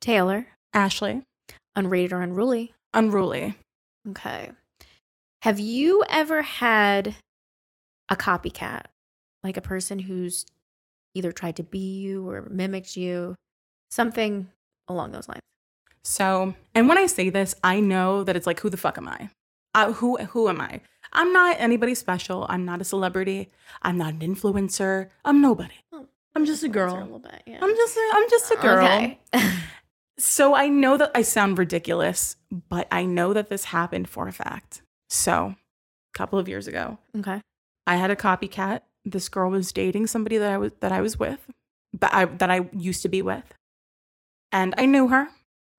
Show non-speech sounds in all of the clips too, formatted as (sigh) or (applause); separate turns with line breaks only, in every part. Taylor,
Ashley.
unrated or unruly.
Unruly.
Okay. Have you ever had a copycat? Like a person who's either tried to be you or mimicked you? Something along those lines.
So, and when I say this, I know that it's like, who the fuck am I? Uh, who who am I? I'm not anybody special. I'm not a celebrity. I'm not an influencer. I'm nobody.
Oh,
Hmm. I'm just a
Influencer
girl.
A little bit, yeah.
I'm just a, I'm just a girl.
Okay.
So I know that I sound ridiculous, but I know that this happened for a fact. So, a couple of years ago,
okay.
I had a copycat. This girl was dating somebody that I was that I was with, but I that I used to be with, and I knew her.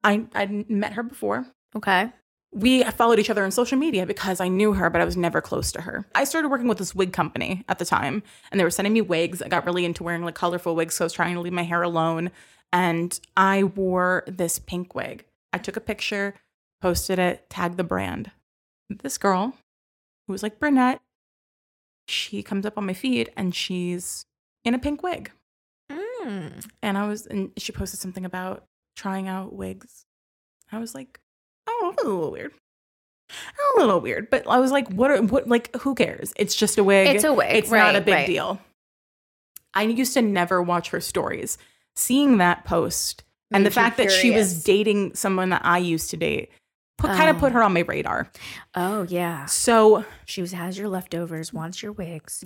I I'd met her before.
Okay.
We followed each other on social media because I knew her, but I was never close to her. I started working with this wig company at the time, and they were sending me wigs. I got really into wearing like colorful wigs, so I was trying to leave my hair alone. And I wore this pink wig. I took a picture, posted it, tagged the brand. This girl, who was like brunette, she comes up on my feed and she's in a pink wig.
Mm.
And I was, and she posted something about trying out wigs. I was like, oh, that's a little weird. A little weird, but I was like, what are, what, like, who cares? It's just a wig.
It's a wig.
It's
right,
not a big
right.
deal. I used to never watch her stories. Seeing that post and
Made
the
you
fact that she was
furious.
dating someone that I used to date put, kind of
Oh.
put her on my radar.
Oh yeah.
So
She was has your leftovers, wants your
(laughs)
wigs.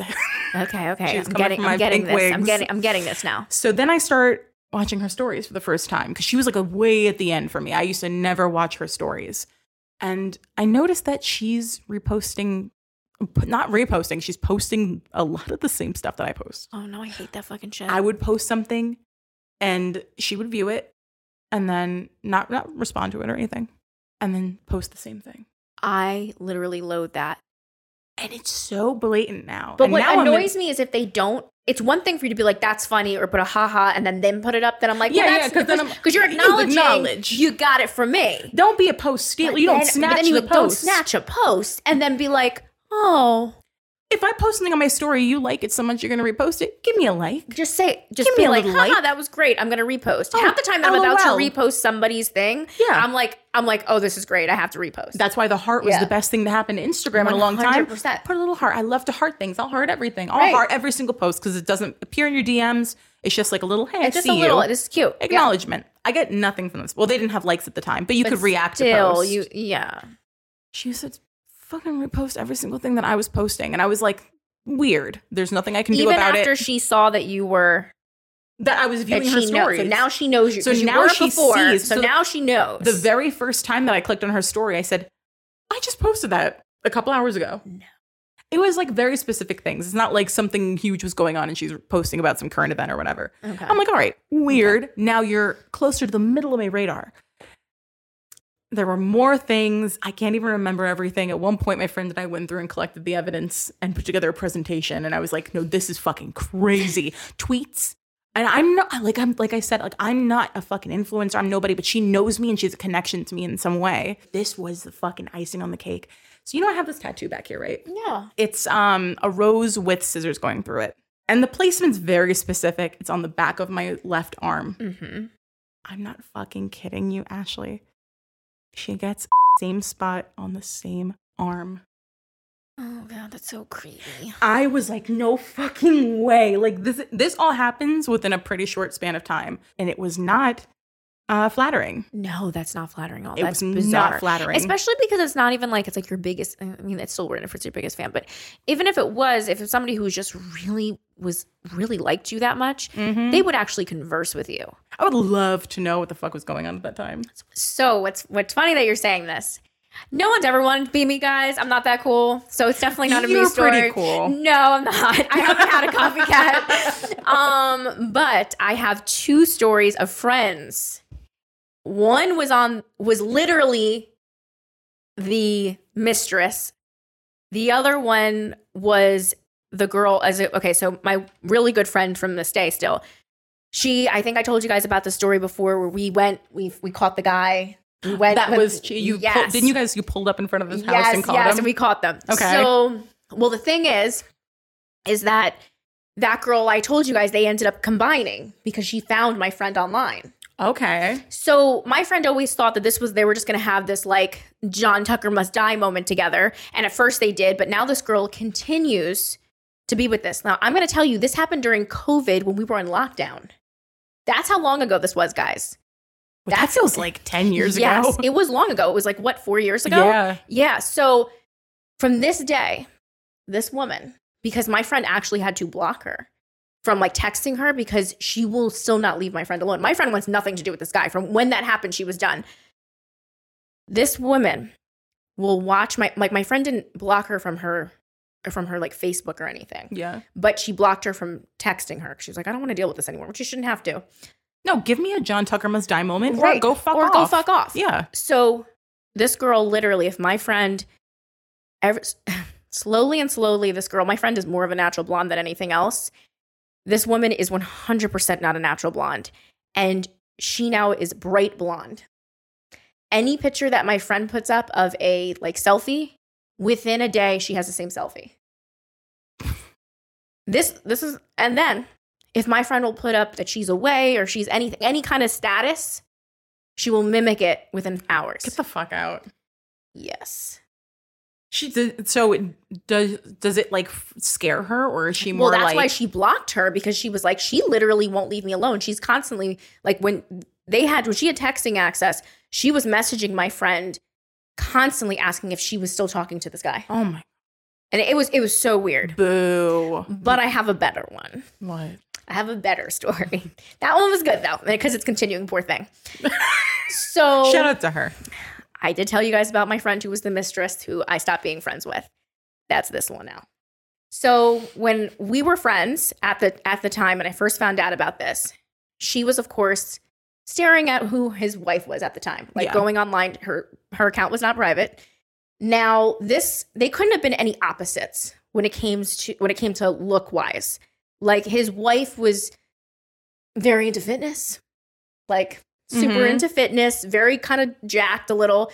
Okay, okay.
She's
I'm
coming
getting
for
I'm
my
getting
pink
this. I'm
wigs.
getting I'm getting this now.
So then I start watching her stories for the first time because she was like a way at the end for me. I used to never watch her stories. And I noticed that she's reposting, not reposting, she's posting a lot of the same stuff that I post.
Oh no, I hate that fucking shit.
I would post something and she would view it and then not, not respond to it or anything and then post the same thing.
I literally load that.
And it's so blatant now.
But
And
what
now I'm in-
annoys me is if they don't. It's one thing for you to be like, "That's funny," or put a haha, and then them put it up. Then I'm like,
Yeah,
well,
yeah,
that's,
'cause
(laughs)
then I'm-
because
(clears throat) (laughs)
you're
you
acknowledging
acknowledge.
you got it from me.
don't be a post stealer.
But
You don't
then- but
snatch
then you
the
don't
post.
snatch a post, and then be like, "Oh,
if I post something on my story, you like it so much, you're gonna repost it. Give me a like.
just say, just
Give me
be
a
like,
little
haha,
like."
that was great. I'm gonna repost."
Oh,
Half the time that I'm about to
LOL.
repost somebody's thing,
Yeah.
I'm like, I'm like, "Oh, this is great. I have to repost."
That's why the heart was
Yeah.
the best thing to happen to Instagram in a long time.
100%.
Put a little heart. I love to heart things. I'll heart everything. I'll
Right.
heart every single post because it doesn't appear in your DMs. It's just like a little hey, I
it's just
see
a little.
you.
This is cute. Yeah.
Acknowledgement. I get nothing from this. Well, they didn't have likes at the time, but you
But
could react
still,
to posts.
you yeah.
she said, "Fucking repost every single thing that I was posting," and I was like, "Weird. There's nothing I can do
Even
about
after
it."
she saw that you were
that I was
that
viewing her
she knows,
stories.
so now she knows you.
So
'cause you
now
were
she
before,
sees-
So,
so
now she knows.
The very first time that I clicked on her story, I said, I just posted that a couple hours ago.
No.
It was like very specific things. It's not like something huge was going on and she's posting about some current event or whatever.
okay.
I'm like, all right, weird. Now you're closer to the middle of my radar. There were more things. I can't even remember everything. At one point, my friend and I went through and collected the evidence and put together a presentation. And I was like, no, this is fucking crazy. Tweets. And I'm not like I'm like I said, like I'm not a fucking influencer. I'm nobody, but she knows me and she has a connection to me in some way. This was the fucking icing on the cake. So you know I have this tattoo back here, right?
yeah.
It's um a rose with scissors going through it. And the placement's very specific. It's on the back of my left arm.
Mm-hmm.
I'm not fucking kidding you, Ashley. She gets (laughs) same spot on the same arm.
Oh god, that's so creepy.
I was like, no fucking way. Like this this all happens within a pretty short span of time. And it was not uh flattering.
No, that's not flattering. All
It
Oh, that's
was
bizarre.
not flattering.
Especially because it's not even like it's like your biggest. I mean, it's still weird if it's your biggest fan, but even if it was, if it's somebody who just really was really liked you that much,
Mhm.
they would actually converse with you.
I would love to know what the fuck was going on at that time.
So what's what's funny that you're saying this? No one's ever wanted to be me, guys. I'm not that cool, so it's definitely not a me
You're
story.
pretty cool.
No, I'm not. I haven't had a
(laughs)
copycat. um, but I have two stories of friends. One was on was literally the mistress. The other one was the girl as a, okay. So my really good friend from this day still she i think i told you guys about the story before where we went we we caught the guy we went
That was you.
Yes.
Pulled, didn't you guys? You pulled up in front of his house
yes,
and called
yes,
him.
and we caught them
Okay.
so well the thing is is that that girl i told you guys they ended up combining because she found my friend online
Okay.
So my friend always thought that this was they were just going to have this like John Tucker must die moment together, and at first they did, but now this girl continues to be with this. Now I'm going to tell you this happened during COVID when we were in lockdown. That's how long ago this was, guys.
Well, that
That's-
feels like 10 years (laughs)
yes,
ago. oh,
it was long ago. It was like what four years ago.
Yeah.
Yeah. So from this day, this woman, because my friend actually had to block her from like texting her because she will still not leave my friend alone. My friend wants nothing to do with this guy. From when that happened, she was done. This woman will watch my like my friend didn't block her from her or from her like Facebook or anything,
Yeah.
but she blocked her from texting her. She was like, I don't want to deal with this anymore, which you shouldn't have to.
No, give me a John Tucker must die moment or
Right.
go fuck
or
off.
go fuck off.
Yeah.
So this girl literally, if my friend ever (laughs) slowly and slowly, this girl, my friend is more of a natural blonde than anything else. This woman is 100% not a natural blonde. And she now is bright blonde. Any picture that my friend puts up of a like selfie, within a day she has the same selfie. This this is and then if my friend will put up that she's away or she's anything any kind of status, she will mimic it within hours.
Get the fuck out.
Yes.
She did, so it does does it like f- scare her or is she more
well, that's
like
why she blocked her because she was like, she literally won't leave me alone. She's constantly like when they had when she had texting access, she was messaging my friend constantly asking if she was still talking to this guy.
Oh my
And it was it was so weird.
boo.
But I have a better one.
What?
I have a better story. (laughs) that one was good though, because it's continuing, poor
(laughs)
thing. so
Shout out to her.
I did tell you guys about my friend who was the mistress who I stopped being friends with. That's this one now. So when we were friends at the at the time and I first found out about this, she was of course staring at who his wife was at the time. Like
Yeah.
going online her her account was not private. Now this they couldn't have been any opposites when it came to when it came to look wise. Like his wife was very into fitness. Like super
Mhm.
into fitness, very kind of jacked a little.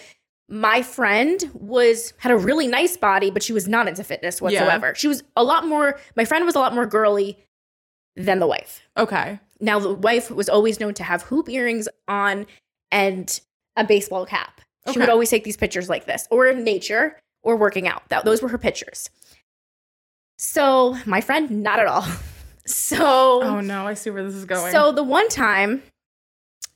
My friend was had a really nice body, but she was not into fitness
Yeah.
whatsoever. She was a lot more my friend was a lot more girly than the wife.
Okay.
Now, the wife was always known to have hoop earrings on and a baseball cap. She would
Okay.
always take these pictures like this, or in nature, or working out. That, those were her pictures. So, my friend, not at all. (laughs) So,
Oh no, I see where this is going.
so the one time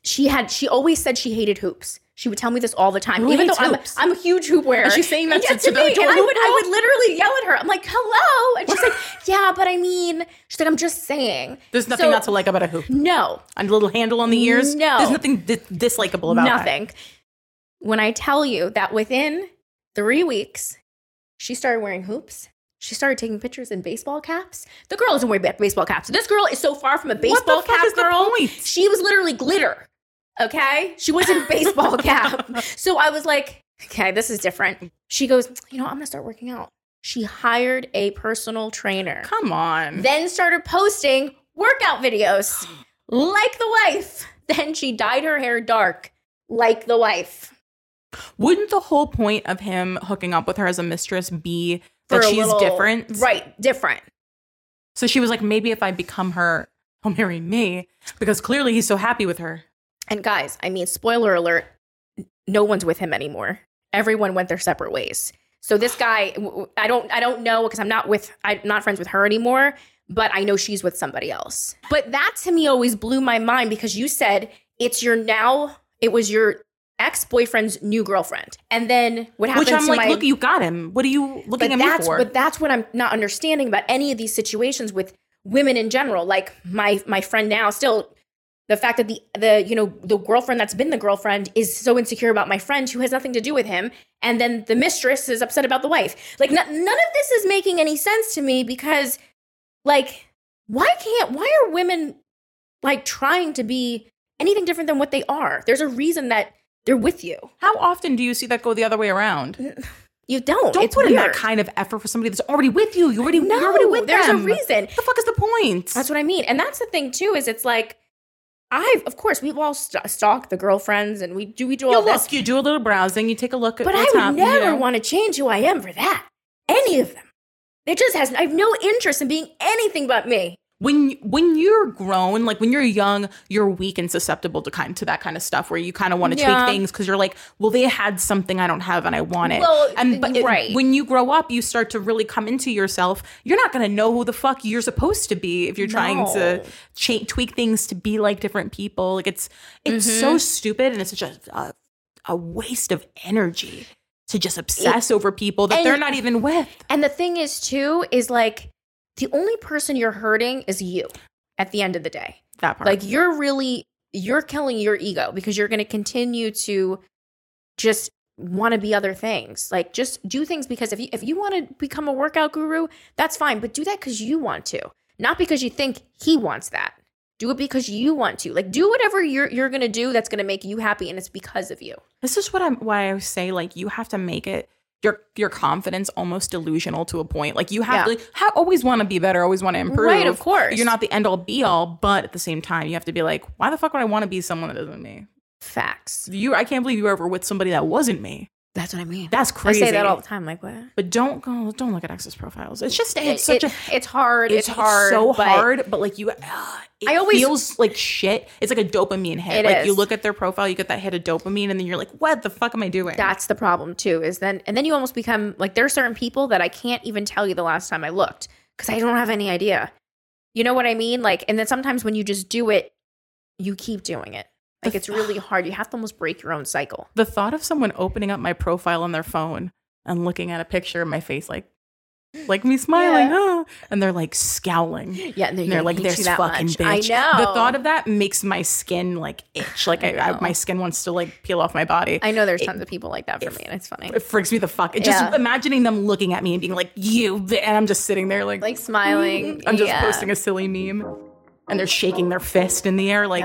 she had, she always said she hated hoops. She would tell me this all the time,
Who
even though
hates
I'm a,
hoops?
I'm a huge hoop wearer.
Is she saying that
And
to-
yes,
to the-
me,
to a
and I
hoop
would, I would literally yell at her. I'm like, "Hello," and she's
(laughs)
like, "Yeah, but I mean," she's like, "I'm just saying."
There's nothing
So-
not to like about a hoop.
No,
A little handle on the ears.
No.
There's nothing di- dislikable about that.
nothing. When I tell you that within three weeks, she started wearing hoops. She started taking pictures in baseball caps. The girl doesn't wear ba- baseball caps. This girl is so far from a
What
baseball
the fuck
cap
is the
girl.
point?
She was literally glitter. Okay, she was in
(laughs)
baseball cap. So I was like, okay, this is different. She goes, you know, I'm gonna start working out. She hired a personal trainer,
Come on.
then started posting workout videos
(gasps)
like the wife. Then she dyed her hair dark like the wife.
Wouldn't the whole point of him hooking up with her as a mistress be
for
that
a
she's
little-
different?
Right, different.
So she was like, maybe if I become her, he'll marry me because clearly he's so happy with her.
And guys, I mean, spoiler alert, n- no one's with him anymore. Everyone went their separate ways. So this guy, w- w- I don't, I don't know because I'm not with, I'm not friends with her anymore. But I know she's with somebody else. But that to me always blew my mind because you said it's your now, it was your ex boyfriend's new girlfriend, and then what happened?
Which I'm
to
like,
my,
look, you got him. What are you looking at
but
me
that's
for?
but that's what I'm not understanding about any of these situations with women in general. Like my my friend now still the fact that the the you know the girlfriend that's been the girlfriend is so insecure about my friend who has nothing to do with him and then the mistress is upset about the wife. Like no- none of this is making any sense to me because like why can't why are women like trying to be anything different than what they are? There's a reason that they're with you.
How often do you see that go the other way around?
You don't.
Don't
It's
put in that
weird.
kind of effort for somebody that's already with you. You already,
No,
you're already with
there's
them.
a reason.
What the fuck is the point?
That's what I mean. And that's the thing too is it's like I've of course we've all st- stalked the girlfriends and we do we do
you
all
look,
this,
you do a little browsing, you take a look at
but I
what's
would
happening, you
never
know.
want to change who I am for that. Any of them. It just has I have no interest in being anything but me.
when when you're grown, like when you're young, you're weak and susceptible to kind to that kind of stuff where you kind of want to
Yeah.
take things because you're like, well, they had something I don't have and I want it.
Well,
and it-
right.
when you grow up, you start to really come into yourself. You're not gonna know who the fuck you're supposed to be if you're trying
No.
to cha- tweak things to be like different people. Like it's it's
Mm-hmm.
so stupid and it's such a, a a waste of energy to just obsess over people that
and-
they're not even with.
And the thing is, too, is like the only person you're hurting is you at the end of the day.
That part,
Like you're really you're killing your ego because you're going to continue to just want to be other things. Like just do things because if you if you want to become a workout guru, that's fine, but do that cuz you want to, not because you think he wants that. Do it because you want to. Like do whatever you're you're going to do that's going to make you happy and it's because of you.
This is what I'm why I say like you have to make it your your confidence almost delusional to a point. Like you have
Yeah.
to like, ha- always want to be better, always want to improve.
Right, of course.
You're not the end all be all, but at the same time, you have to be like, why the fuck would I want to be someone that isn't me?
facts.
You, I can't believe you were ever with somebody that wasn't me.
That's what I mean.
That's
I
crazy.
say that all the time like what?
But don't go. Don't look at exes profiles. It's just it's
It-
such
it-
a
it's hard. It's, hard.
so
but
hard, but like you, uh, it
I always-
feels like shit. It's like a dopamine hit.
It
like you
is.
look at their profile, you get that hit of dopamine, and then you're like, what the fuck am I doing?
That's the problem too. Is then and then you almost become like there are certain people that I can't even tell you the last time I looked because I don't have any idea. You know what I mean? Like and then sometimes when you just do it, you keep doing it. Like it's
(sighs)
really hard. You have to almost break your own cycle.
The thought of someone opening up my profile on their phone and looking at a picture of my face, like, like me smiling,
Yeah.
"Huh," and they're like scowling.
Yeah, and
And they're like, "There's fucking bitch."
I know.
The thought of that makes my skin like itch. Like I, I,
know.
my skin wants to like peel off my body.
I know there's tons of people like that for me, and it's funny.
it freaks me the fuck. It just
Yeah.
imagining them looking at me and being like, "You," bi-" and I'm just sitting there like,
Like smiling.
(laughs) I'm just
yeah.
posting a silly meme, and they're shaking their fist in the air like,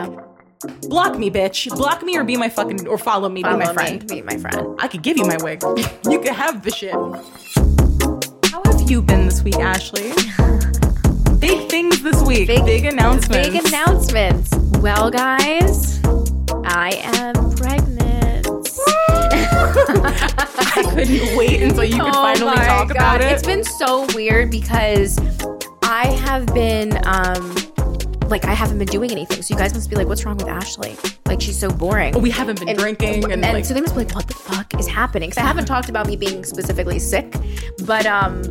"Block me, bitch! Block me or be my fucking or follow me,
Follow
be my
me,
friend."
be my friend.
I could give you my wig. (laughs) you could have the shit. How have you been this week,
(laughs)
Ashley? Big things this week. Big,
Big-
announcements. (laughs)
Big announcements. Well, guys, I am pregnant.
I couldn't wait until you could finally
Oh my
talk about it.
It's been so weird because I have been um like I haven't been doing anything. So you guys must be like, what's wrong with Ashley? Like she's so boring.
we haven't been drinking Oh, and,
and
like
so they must be like, what the fuck is happening? Because I haven't talked about me being specifically sick, but um,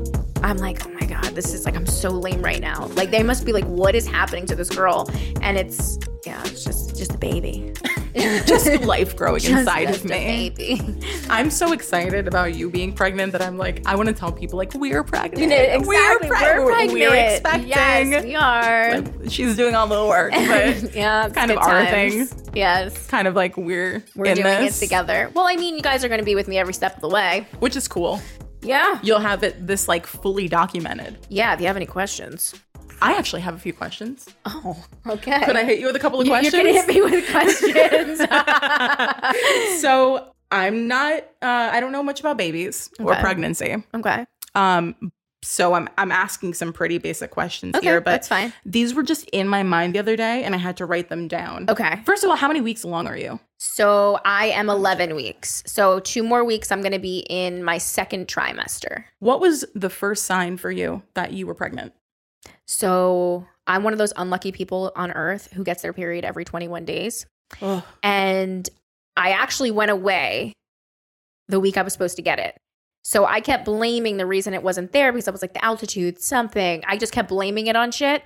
I'm like, oh my god, this is like I'm so lame right now. Like they must be like, what is happening to this girl? And it's yeah, it's just just a baby, (laughs)
just life growing inside
Just
of me.
a baby.
I'm so excited about you being pregnant that I'm like, I want to tell people like we're pregnant.
You know, exactly. (laughs) We're,
We're, preg-
pregnant.
We're expecting.
Yes, we are.
Like, she's doing all the
(laughs)
work, but
yeah, it's
kind of
good
our
times. Yes.
kind of like we're
We're
in
doing
this,
it together. Well, I mean, you guys are going to be with me every step of the way.
which is cool.
Yeah.
You'll have it this like fully documented.
Yeah. If you have any questions.
I actually have a few questions.
Oh, okay.
Could I hit you with a couple of
You-
questions?
You're going to hit me with
(laughs)
questions.
so I'm not. Uh, I don't know much about babies or
Okay.
pregnancy.
okay.
Um, so I'm I'm asking some pretty basic questions
Okay.
here, but
that's fine.
these were just in my mind the other day, and I had to write them down.
Okay.
First of all, how many weeks along are you?
So I am 11 weeks. So two more weeks, I'm going to be in my second trimester.
What was the first sign for you that you were pregnant?
So I'm one of those unlucky people on earth who gets their period every 21 days.
Oh,
and I actually went away the week I was supposed to get it. So I kept blaming the reason it wasn't there because I was like the altitude, something. I just kept blaming it on shit.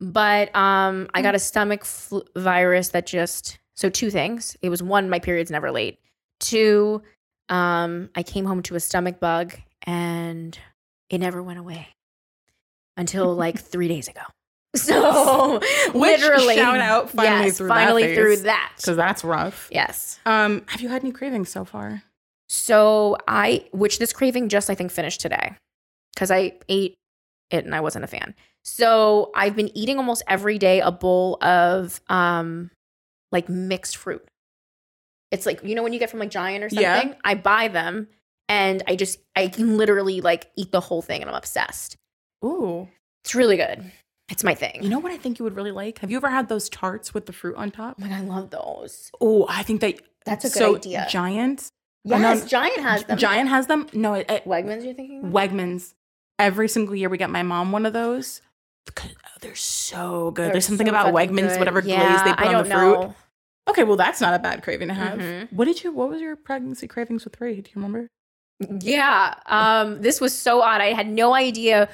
But um, I got a stomach flu- virus that just so two things. It was one, my period's never late. Two, um, I came home to a stomach bug and it never went away until
(laughs)
like three days ago. (laughs) So
(laughs) Which,
literally,
shout out finally
yes,
through that
finally
phase.
through that.
because that's rough.
Yes.
Um, have you had any cravings so far?
So I, which this craving just I think finished today because I ate it and I wasn't a fan. So I've been eating almost every day a bowl of um like mixed fruit. It's like you know when you get from like Giant or something.
Yeah.
I buy them and I just I can literally like eat the whole thing and I'm obsessed.
Ooh,
It's really good. It's my thing.
you know what I think you would really like? Have you ever had those tarts with the fruit on top?
oh my god, I love those.
Oh, I think that
That's a good
so
idea.
Giant, and
Yes,
then-
Giant has them.
Giant has them. No, it, it-
Wegmans, you're thinking? of?
Wegmans. Every single year, we get my mom one of those, 'Cause They're so good.
They're
There's something
so
about
fucking
Wegmans,
good.
whatever glaze
Yeah,
they put
I
on
don't
the fruit.
know.
Okay, well that's not a bad craving to have.
Mhm.
What did you? What was your pregnancy cravings with three? Do you remember?
Yeah. Um, this was so odd. I had no idea.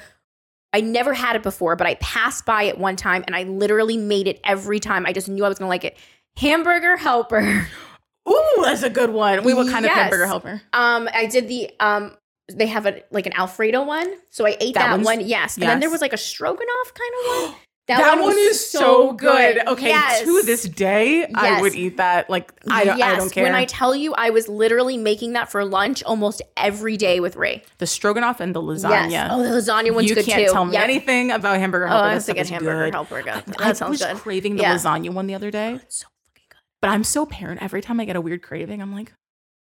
I never had it before, but I passed by it one time and I literally made it every time. I just knew I was going to like it. Hamburger helper. (laughs)
Ooh, that's a good one. We what kind
Yes.
of hamburger helper? (gasps)
(gasps) Um, I did the um they have a like an Alfredo one. So I ate
That
that,
one's-
one, yes. And then there
yes.
was like a stroganoff kind of one.
That, one,
was
is so good. Okay,
Yes.
to this day, I
Yes.
would eat that. Like I don't, I
Yes.
don't care.
When I tell you I was literally making that for lunch almost every day with Ray.
the stroganoff and the lasagna.
Yes. Oh, the lasagna one's
you
good
can't
too.
tell me
Yep.
anything about hamburger
Oh,
helper.
I
That
have to
stuff
get
is
hamburger
good.
helper. That
I
that sounds
was
good.
craving the
Yeah.
lasagna one the other day,
So fucking good.
but I'm so parent. Every time I get a weird craving, I'm like,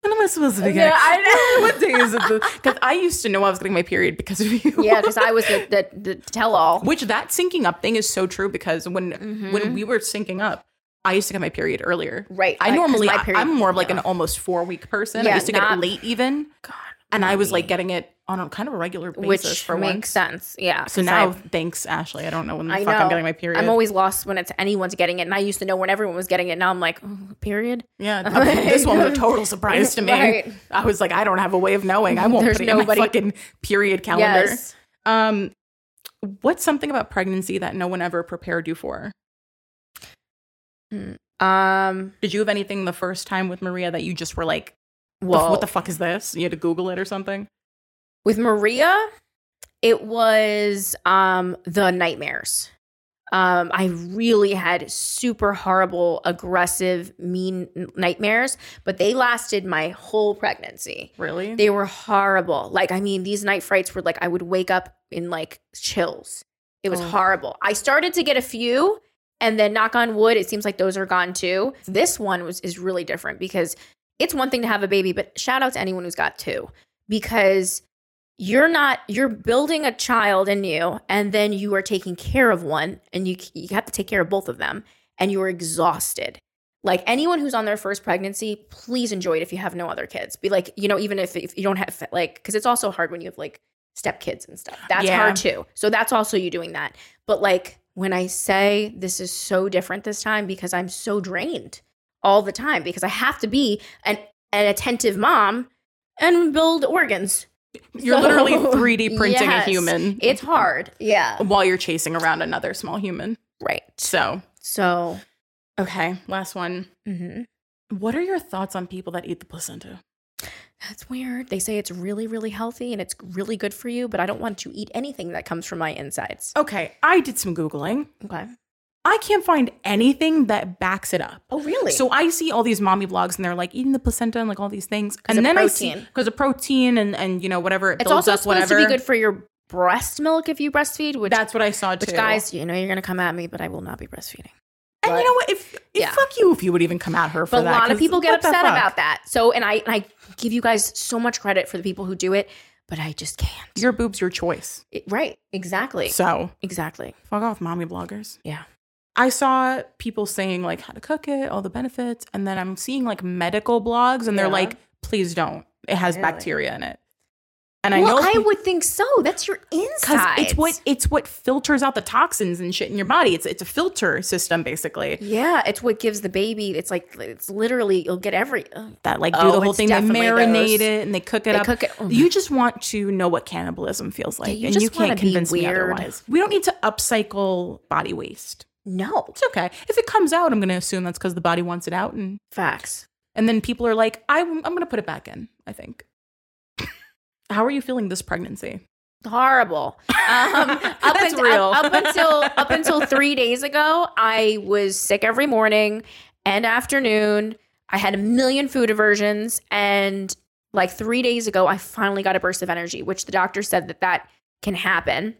"When am I supposed to be
Yeah,
getting?
I know.
(laughs) what day is it? (laughs) Because I used to know I was getting my period because of you.
yeah, because I was the, the, the tell all.
Which that syncing up thing is so true because when
Mm-hmm.
when we were syncing up, I used to get my period earlier.
Right. like,
I
'cause
normally
my
I,
period-
am more of like
yeah.
an almost four week person. I
Yeah,
used to get it
not-
late even,
God,
and I was like
me.
getting it on a kind of a regular basis
which
for
makes
once.
sense. Yeah.
So
'cause
now,
I-
thanks Ashley. I don't know when the
I
fuck I'm
know.
getting my period.
I'm always lost when it's anyone's getting it, and I used to know when everyone was getting it. Now I'm like, oh, period.
yeah.
(laughs)
I mean, this one was a total surprise to me.
Right.
I was like, I don't have a way of knowing. I won't
There's
put it
nobody-
in my fucking period calendar.
Yes.
Um, what's something about pregnancy that no one ever prepared you for?
Um.
Did you have anything the first time with Maria that you just were like, the f-
Well,
what the fuck is this? You had to Google it or something.
with Maria, it was um the nightmares. Um, I really had super horrible, aggressive, mean n- nightmares, but they lasted my whole pregnancy.
Really?
They were horrible. Like, I mean, these night frights were like, I would wake up in like chills. It was
Oh.
horrible. I started to get a few, and then knock on wood, it seems like those are gone too. This one was is really different because it's one thing to have a baby, but shout out to anyone who's got two because you're not you're building a child in you and then you are taking care of one and you you have to take care of both of them and you're exhausted like anyone who's on their first pregnancy please enjoy it if you have no other kids be like you know even if, if you don't have like because it's also hard when you have like step kids and stuff that's
Yeah.
hard too so that's also you doing that but like when i say this is so different this time because i'm so drained all the time because i have to be an an attentive mom and build organs So-
you're literally (laughs) 3D printing
Yes.
a human.
it's hard um, yeah
while you're chasing around another small human.
right
So,
so
okay, last one.
mhm.
What are your thoughts on people that eat the placenta?
that's weird they say it's really really healthy and it's really good for you but i don't want to eat anything that comes from my insides
Okay, I did some googling.
okay
I can't find anything that backs it up.
oh really
So I see all these mommy blogs and they're like eating the placenta and like all these things, and
of
then I see
protein.
because of protein and and you know whatever it
it's
builds
also
up,
supposed
whatever.
to be good for your breast milk if you breastfeed which
That's what I saw too.
which guys you know you're gonna come at me but i will not be breastfeeding
and
but-
you know what? If, if
Yeah.
fuck you, if you would even come at her for
but
that.
a lot of
'cause
people get
what the
upset
fuck?
about that so and i and i give you guys so much credit for the people who do it but i just can't
your boobs, your choice.
It- right exactly
So
exactly
fuck off, mommy bloggers.
Yeah.
I saw people saying like how to cook it, all the benefits, and then I'm seeing like medical blogs, and they're
Yeah.
like, please don't. It has
Really?
bacteria in it. And I
well,
know
I would think so. That's your inside.
it's what it's what filters out the toxins and shit in your body. It's it's a filter system basically.
Yeah, it's what gives the baby. It's like it's literally you'll get every. ugh.
that like do
Oh,
the whole
it's
thing. They
definitely
marinate
those.
it and they cook it
They
up.
cook it- oh my-
you just want to know what cannibalism feels like,
you
and
just
you
wanna
can't
be
convince me
weird.
otherwise. We don't need to upcycle body waste.
No
It's okay if it comes out. I'm going to assume that's because the body wants it out, and
facts.
and then people are like, I'm I'm going to put it back in. I think. (laughs) How are you feeling this pregnancy?
Horrible.
(laughs)
Um, (laughs) up unt-
That's
up-
real.
Up, until up until three days ago, I was sick every morning and afternoon. I had a million food aversions, and like three days ago, I finally got a burst of energy, which the doctor said that that can happen.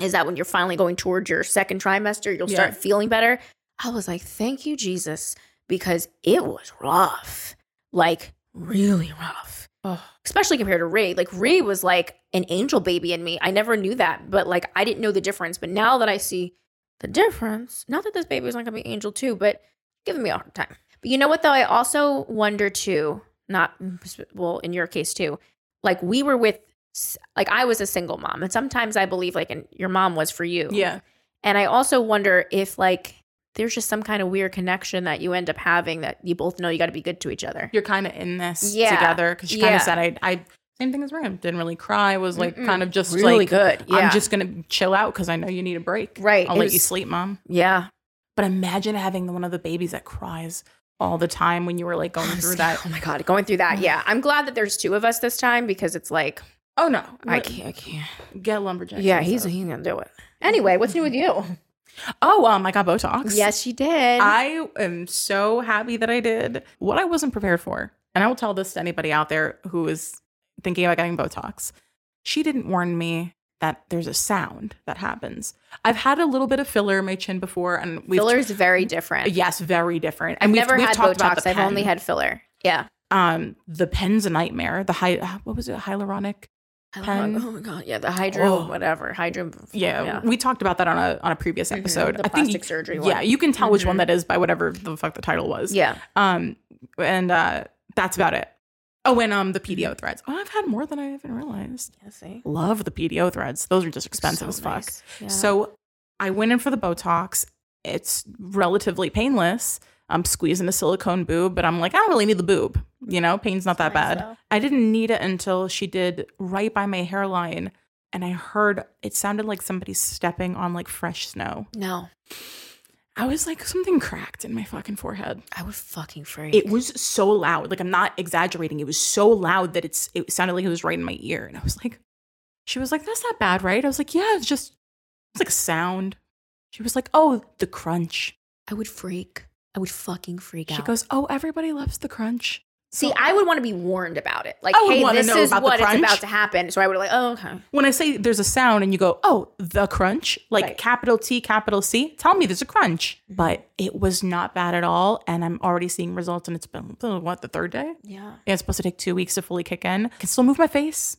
Is that when you're finally going towards your second trimester, you'll
Yeah.
start feeling better? I was like, thank you, Jesus, because it was rough, like really rough
Oh,
especially compared to Ray. Like Ray was like an angel baby in me. I never knew that, but like I didn't know the difference. But now that I see the difference, not that this baby is not gonna be angel too, but giving me a hard time. But you know what though? I also wonder too. Not well in your case too. Like we were with s- like I was a single mom, and sometimes I believe like and your mom was for you.
(laughs) Yeah.
And I also wonder if like there's just some kind of weird connection that you end up having that you both know you got to be good to each other.
You're kind of in this
Yeah.
together because she kind
Yeah.
of said, I, I, same thing as Ram, didn't really cry, was like
Mm-mm.
kind of just like,
good.
I'm just going to chill out because I know you need a break.
Right.
I'll
It
let you
was-
sleep, mom.
yeah.
But imagine having the- one of the babies that cries all the time when you were like going through that.
(laughs) Oh my god, going through that. Yeah, I'm glad that there's two of us this time because it's like
Oh no,
I
Let-
can't. I can't.
get lumberjack.
Yeah, he's he's gonna
(laughs)
do it anyway. What's new with (laughs) you?
Oh, um, I got Botox.
Yes, she did.
I am so happy that I did what I wasn't prepared for. And I will tell this to anybody out there who is thinking about getting Botox. She didn't warn me that there's a sound that happens. I've had a little bit of filler in my chin before, and we've
filler is very different.
yes, very different.
I've
And we've,
never
we've
had
talked about
Botox.
the
I've only
pen.
had filler. Yeah.
um the pen's a nightmare. The hy- what was it? Hyaluronic.
I
Pen.
love, oh my god. Yeah, the hydro,
Oh.
whatever hydro.
Yeah, we talked about that on a on a previous
Mhm,
episode.
the
I think
plastic surgery one.
yeah, you can tell which one
Mhm.
that is by whatever the fuck the title was.
yeah.
Um, and uh, that's about it. Oh, and um, the
Mm-hmm.
PDO threads. Oh, I've had more than I even realized.
Yeah, see?
Love the PDO threads. Those are just expensive
So
as fuck.
nice. Yeah.
So I went in for the Botox. It's relatively painless. I'm squeezing a silicone boob, but I'm like, I don't really need the boob. You know, pain's not that
Nice,
bad.
though.
I didn't need it until she did right by my hairline. And I heard it sounded like somebody stepping on like fresh snow.
No,
I was like, something cracked in my fucking forehead.
I would fucking freak.
It was so loud. Like I'm not exaggerating. It was so loud that it's it sounded like it was right in my ear. And I was like, she was like, that's not bad, right? I was like, yeah, it's just it's like a sound. She was like, oh, the crunch.
I would freak. I would fucking freak
She
out.
goes, oh, everybody loves the crunch.
See,
So-
I would want to be warned about it. Like,
I would
hey,
wanna
this
know
is
about the
what it's
crunch.
about to happen. So I would like, oh, okay.
when I say there's a sound and you go, oh, the crunch, like
Right.
capital T, capital C, tell me there's a crunch. But it was not bad at all. And I'm already seeing results. And it's been, uh, what, the third day?
Yeah.
Yeah, it's supposed to take two weeks to fully kick in. I can still move my face.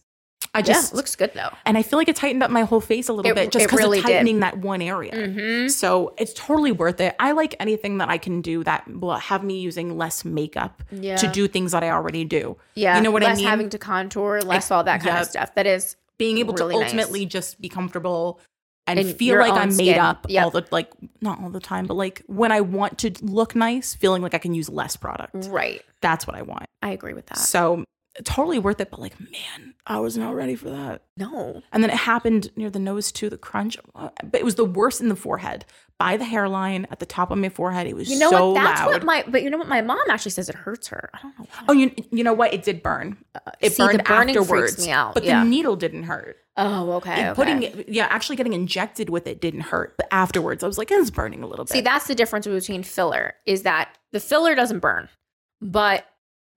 I just,
yeah, looks good though.
and I feel like it tightened up my whole face a little
It-
bit just
it
because
really
of
did.
tightening that one area.
Mm-hmm.
So it's totally worth it. I like anything that I can do that will have me using less makeup
Yeah.
to do things that I already do.
Yeah.
You know what I
less
mean?
having to contour, less all that kind
yeah.
of stuff. That is
being able
Really
to
nice.
ultimately just be comfortable and
In
feel
your
like
own
I'm made
skin.
up
Yep.
all the like not all the time, but like when I want to look nice, feeling like I can use less product.
right.
That's what I want.
I agree with that.
So totally worth it, but like man, I was not ready for that.
No.
And then it happened near the nose too, the crunch. uh, But it was the worst in the forehead, by the hairline, at the top of my forehead. It was
You know
so
what? That's
loud.
what my. But you know what? My mom actually says it hurts her. I don't know. Why.
oh, you you know what? It did burn. It
see, the
burned
burning freaks
afterwards.
me out,
But
yeah.
the needle didn't hurt.
Oh, okay.
And
okay.
putting it, yeah, actually getting injected with it didn't hurt, but afterwards I was like, it's burning a little bit.
See, that's the difference between filler is that the filler doesn't burn, but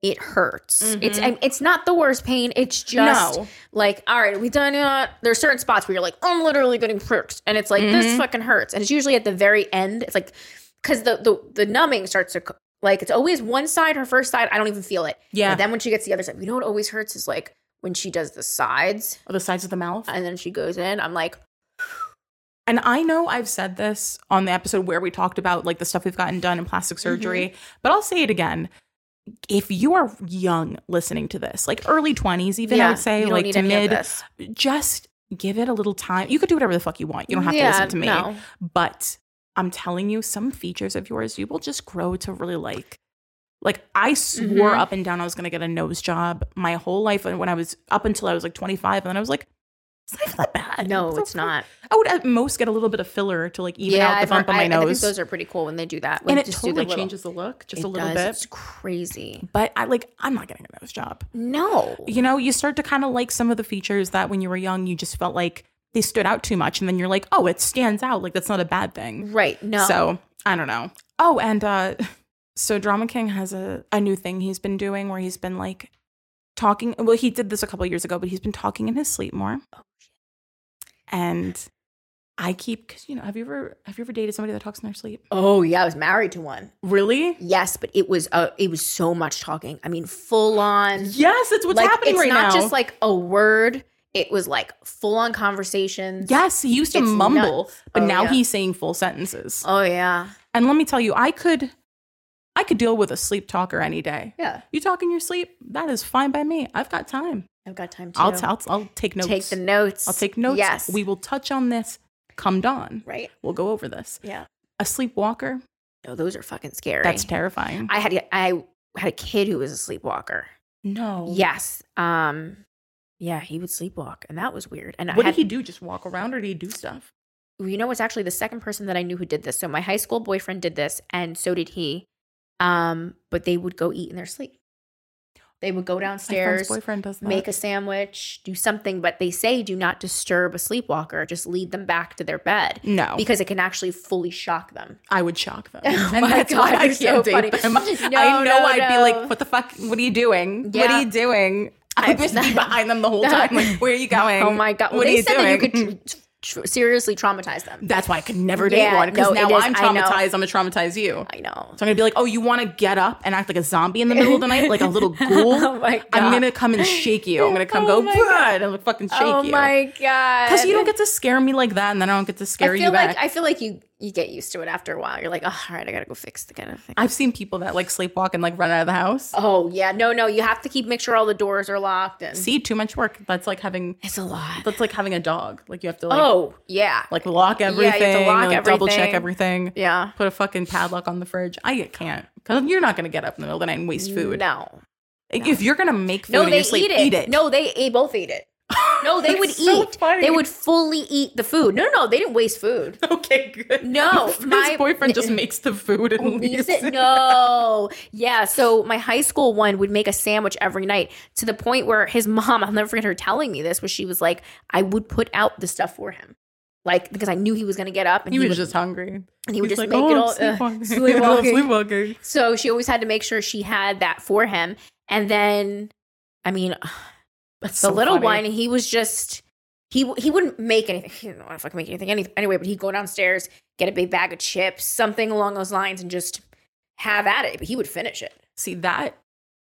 it hurts. It's and it's not the worst pain. It's just
Mm-hmm. No.
like, all right, we done it. There's certain spots where you're like, I'm literally getting pricked, and it's like this
Mm-hmm.
fucking hurts, and it's usually at the very end. It's like because the, the the numbing starts to c- like it's always one side. Her first side, I don't even feel it.
Yeah.
But then when she gets the other side, you know what always hurts is like when she does the sides,
the sides of the mouth.
and then she goes in. I'm like,
And I know I've said this on the episode where we talked about like the stuff we've gotten done in plastic
Mm-hmm.
surgery, but I'll say it again. If you are young listening to this, like early 20s, even I
yeah,
would say
you don't
like
need
to
any of
mid,
this.
just give it a little time. You could do whatever the fuck you want. You don't have to
Yeah,
listen to me.
no.
But I'm telling you, some features of yours you will just grow to really like. Like I swore
Mhm.
up and down I was gonna get a nose job my whole life, and when I was up until I was like 25, and then I was like, it's not even that bad.
No,
the
it's
fuck?
not.
I would at most get a little bit of filler to like even out the
I've
bump
heard-
on my
I, I think
nose,
those are pretty cool when they do that. When
and
they
it
just do the
totally
little-
changes the look just
It
a little
does.
bit.
It's crazy.
But I like I'm not getting a nose job.
No.
You know, you start to kind of like some of the features that when you were young you just felt like they stood out too much, and then you're like, oh, it stands out. Like that's not a bad thing.
Right. No.
So I don't know. Oh, and uh, (laughs) so Drama King has a, a new thing he's been doing where he's been like talking. Well, he did this a couple years ago, but he's been talking in his sleep more. And I keep because you know, have you ever have you ever dated somebody that talks in their sleep?
oh yeah, I was married to one.
Really?
Yes, but it was uh, it was so much talking. I mean, full on.
Yes, it's what's
like,
happening
it's
right
not
now.
just like a word. It was like full on conversations.
yes, he used to
It's
mumble,
nuts.
but
Oh,
now
yeah.
he's saying full sentences.
Oh yeah.
And let me tell you, I could I could deal with a sleep talker any day.
Yeah.
You talk in your sleep, that is fine by me. I've got time.
I've got time to
I'll, t- I'll, I'll take notes.
take the notes.
I'll take notes.
Yes.
We will touch on this come dawn.
right.
We'll go over this.
Yeah.
A sleepwalker,
No, those are fucking scary.
that's terrifying.
I had I had a kid who was a sleepwalker.
no.
Yes. Um yeah, he would sleepwalk and that was weird. And
What
I had,
did he do? Just walk around or did he do stuff?
you know it's actually the second person that I knew who did this. So my high school boyfriend did this and so did he. Um but they would go eat in their sleep. They would go
My friend's
downstairs,
boyfriend does that.
make a sandwich, do something, but they say do not disturb a sleepwalker, just lead them back to their bed
no.
because it can actually fully shock them.
I would shock them.
(laughs) Oh
and
my
that's
God,
why I
you're
can't
so
date
funny.
them.
(laughs) No,
I know
no,
I'd be
no.
like, what the fuck? What are you doing? What
Yeah.
are you doing? I
I'm
would just
not- (laughs)
be behind them the whole time. Like, where are you going?
Oh my god! Well,
What are
they
you
said
doing?
that you could tr- tr- seriously traumatize them.
That's why I could never date
Yeah,
one
no,
because now
it is-
I'm
I know.
traumatized. I'm gonna traumatize you.
I know.
(laughs)
(laughs)
So I'm gonna be like, oh, you want to get up and act like a zombie in the middle of the night, like
(laughs)
a little ghoul?
Oh my
I'm
God.
gonna come and shake you. I'm gonna come
Oh
go
my
"Bruh," and fucking shake
oh
you.
my god!
Because you don't get to scare me like that, and then I don't get to scare
I feel
you back.
like I feel like you you get used to it after a while. You're like, oh, all right, I gotta go fix the kind of thing.
I've seen people that like sleepwalk and like run out of the house.
oh yeah, no, no, you have to keep make sure all the doors are locked and
See, too much work. That's like having
it's a lot.
that's like having a dog. Like you have to like
oh yeah,
like lock
you have
everything,
to lock
like, double check
everything.
everything,
yeah.
put a fucking padlock on the fridge. I can't because you're not gonna get up in the middle of the night and waste food.
No,
If you're gonna make food,
no,
in
they
your sleep,
eat it.
Eat it.
No, they, they both eat it. No, they would
That's so
eat.
funny.
They would fully eat the food. No, no, no, they didn't waste food.
(laughs) Okay, good.
No,
(laughs) His
Oh, my (laughs)
boyfriend just makes the food and leaves
leaves it? No. Yeah. So my high school one would make a sandwich every night to the point where his mom, I'll never forget her telling me this, where she was like, I would put out the stuff for him. Like, because I knew he was going to get up and
(laughs) He was just hungry.
and he would
He's
just
like,
make
"Oh,
it
I'm
all. uh, (laughs)
sleepwalking. I'm
sleepwalking.
(laughs) sleepwalking.
So she always had to make sure she had that for him. And then, I mean, (sighs)
That's
the
so
little
funny.
one, he was just he he wouldn't make anything. He didn't want to fucking make anything any, anyway. But he'd go downstairs, get a big bag of chips, something along those lines, and just have at it. But he would finish it.
See that?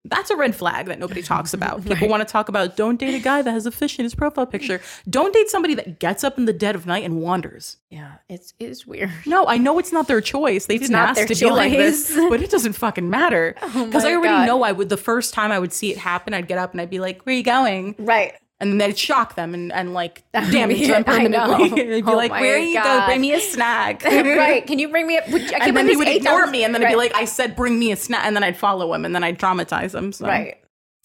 That's a red flag that nobody talks
(laughs)
about. People
Right.
want to talk about don't date a guy that has a fish in his profile picture. Don't date somebody that gets up in the dead of night and wanders.
Yeah, it's it's weird.
No, I know it's not their choice. They didn't
not
ask
their
to be like this, (laughs)
choice. (laughs) Oh
but it doesn't fucking matter. Because I
my
already
God.
know I would the first time I would see it happen, I'd get up and I'd be like, Where are you going? (laughs)
Right.
and then that'd shock them and, and like
(laughs) I
damage
mean,
them
I know.
permanently. (laughs) They'd be
Oh
like,
my
"Where are you
God.
go? Bring me a snack."
(laughs) (laughs) right. Can you bring me up? Would, I can't
And then
believe
he would
it's
ignore
$8.
me, and then I'd be
Right.
like, "I said, bring me a snack," and then I'd follow him, and then I'd traumatize him. So
right.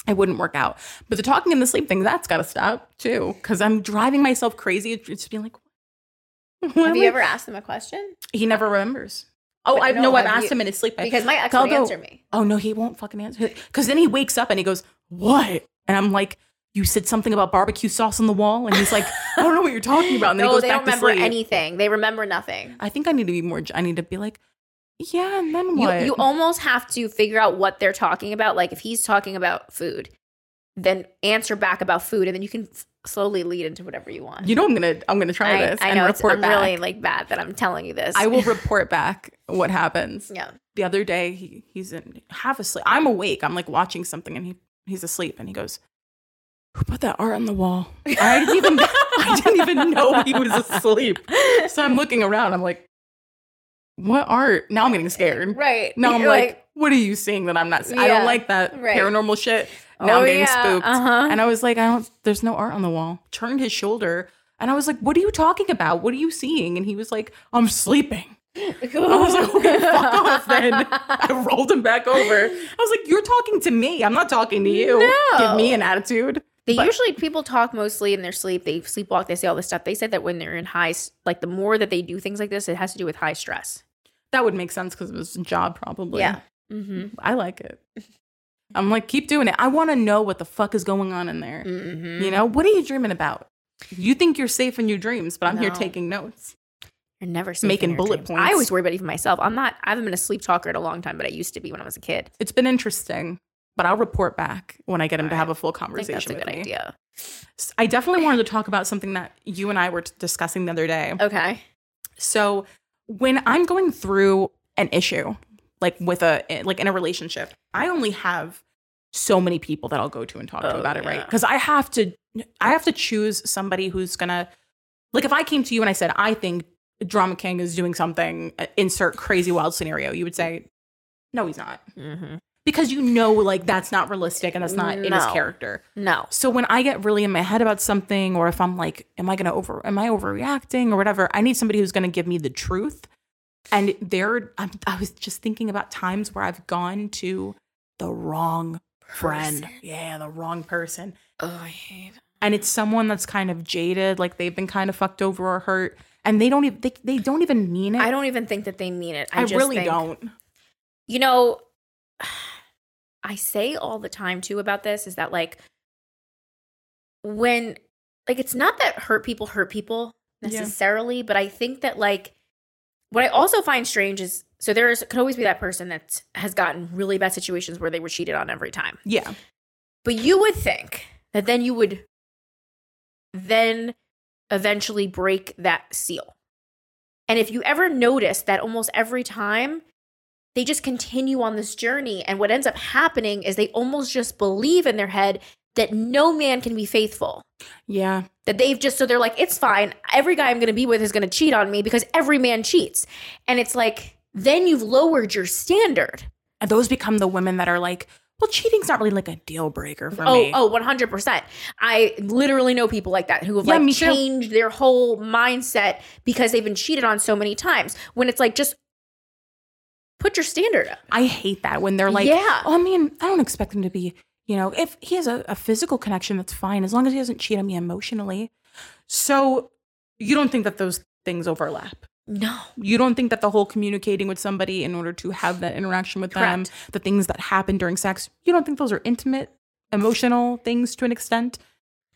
it wouldn't work out. But the talking and the sleep thing—that's got to stop too, because I'm driving myself crazy. It's just being like, (laughs) "Why
Have
am
you
I-"
ever asked them a question?
He never remembers. Oh,
But
I
no,
no, I've
have
asked
you-
him in his sleep I-
Because my ex
I'll
would
go-
answer me.
oh no, he won't fucking answer. Because then he wakes up and he goes, what? And I'm like, you said something about barbecue sauce on the wall, and he's like, I don't know what you're talking about. And then he
No,
goes
they
back
don't remember
to sleep.
anything. They remember nothing.
I think I need to be more. I need to be like, yeah, and then
You,
what?
you almost have to figure out what they're talking about. Like if he's talking about food, then answer back about food, and then you can s- slowly lead into whatever you want.
You know, I'm gonna, I'm gonna try
I,
this
I
and
know it's
report
I'm
back.
really like bad that I'm telling you this.
I will report back what happens.
yeah.
The other day, he, he's in half asleep. I'm awake. I'm like watching something, and he, he's asleep, and he goes, "Who put that art on the wall?" I
(laughs)
didn't even, (laughs) I didn't even know he was asleep. So I'm looking around. I'm like, what art? Now I'm getting scared.
Right.
Now
(laughs)
I'm
You're
like, what are you seeing that I'm not seeing? I don't
Yeah,
like that
right.
paranormal shit. Now
Oh,
I'm getting
yeah,
spooked.
uh-huh. (laughs)
And I was like, I don't, there's no art on the wall. Turned his shoulder. And I was like, what are you talking about? What are you seeing? And he was like, I'm sleeping. I was
(laughs)
like, okay, fuck off then. I rolled him back over. I was like, you're talking to me. I'm not talking to you.
No.
Give me an attitude.
They
But-
usually people talk mostly in their sleep. They sleepwalk. They say all this stuff. They said that when they're in high, s- like the more that they do things like this, it has to do with high stress.
That would make sense because it was a job probably.
Yeah. Mm-hmm.
I like it. I'm like, keep doing it. I want to know what the fuck is going on in there.
Mm-hmm.
You know, what are you dreaming about? You think you're safe in your dreams, but I'm here
No.
taking notes.
You're never safe in
Making
your
bullet
dreams.
points.
I always worry about even myself. I'm not. I haven't been a sleep talker in a long time, but I used to be when I was a kid.
It's been interesting, but I'll report back when I get him to have a full
I think
conversation.
that's a
with
good
me.
idea.
S- I definitely wanted to talk about something that you and I were t- discussing the other day.
Okay.
So when I'm going through an issue, like with a eh, like in a relationship, I only have so many people that I'll go to and talk to
Oh,
about it, right?
yeah.
Because I have to I have to choose somebody who's gonna like if I came to you and I eh, said I think Drama King is doing something, uh, insert crazy wild scenario, you would say No, he's not.
Mm-hmm.
Because you know, like, that's not realistic and that's not in his
No.
character.
No.
So when I get really in my head about something, or if I'm like, am I gonna over am I overreacting or whatever, I need somebody who's gonna give me the truth. And there I'm, I was just thinking about times where I've gone to the wrong friend.
Person.
Yeah, the wrong person.
Oh, I hate.
And it's someone that's kind of jaded, like they've been kind of fucked over or hurt, and they don't even they, they don't even mean it.
I don't even think that they mean it. I,
I,
just
really
think-
don't.
You know, (sighs) I say all the time too about this is that like when like it's not that hurt people hurt people
Yeah.
necessarily, but I think that like what I also find strange is so there's could always be that person that has gotten really bad situations where they were cheated on every time.
Yeah.
But you would think that then you would then eventually break that seal. And if you ever notice that almost every time they just continue on this journey, and what ends up happening is they almost just believe in their head that no man can be faithful.
Yeah.
That they've just, so they're like, it's fine. Every guy I'm going to be with is going to cheat on me because every man cheats. And it's like, then you've lowered your standard.
And those become the women that are like, well, cheating's not really like a deal breaker for
Oh,
me.
oh, 100%. I literally know people like that who have
Yeah,
like
me too.
changed their whole mindset because they've been cheated on so many times when it's like just put your standard up.
I hate that when they're like,
Yeah.
oh, I mean, I don't expect him to be, you know, if he has a, a physical connection, that's fine, as long as he doesn't cheat on me emotionally. So you don't think that those things overlap.
No.
You don't think that the whole communicating with somebody in order to have that interaction with them,
Correct.
the things that happen during sex, you don't think those are intimate, emotional things to an extent?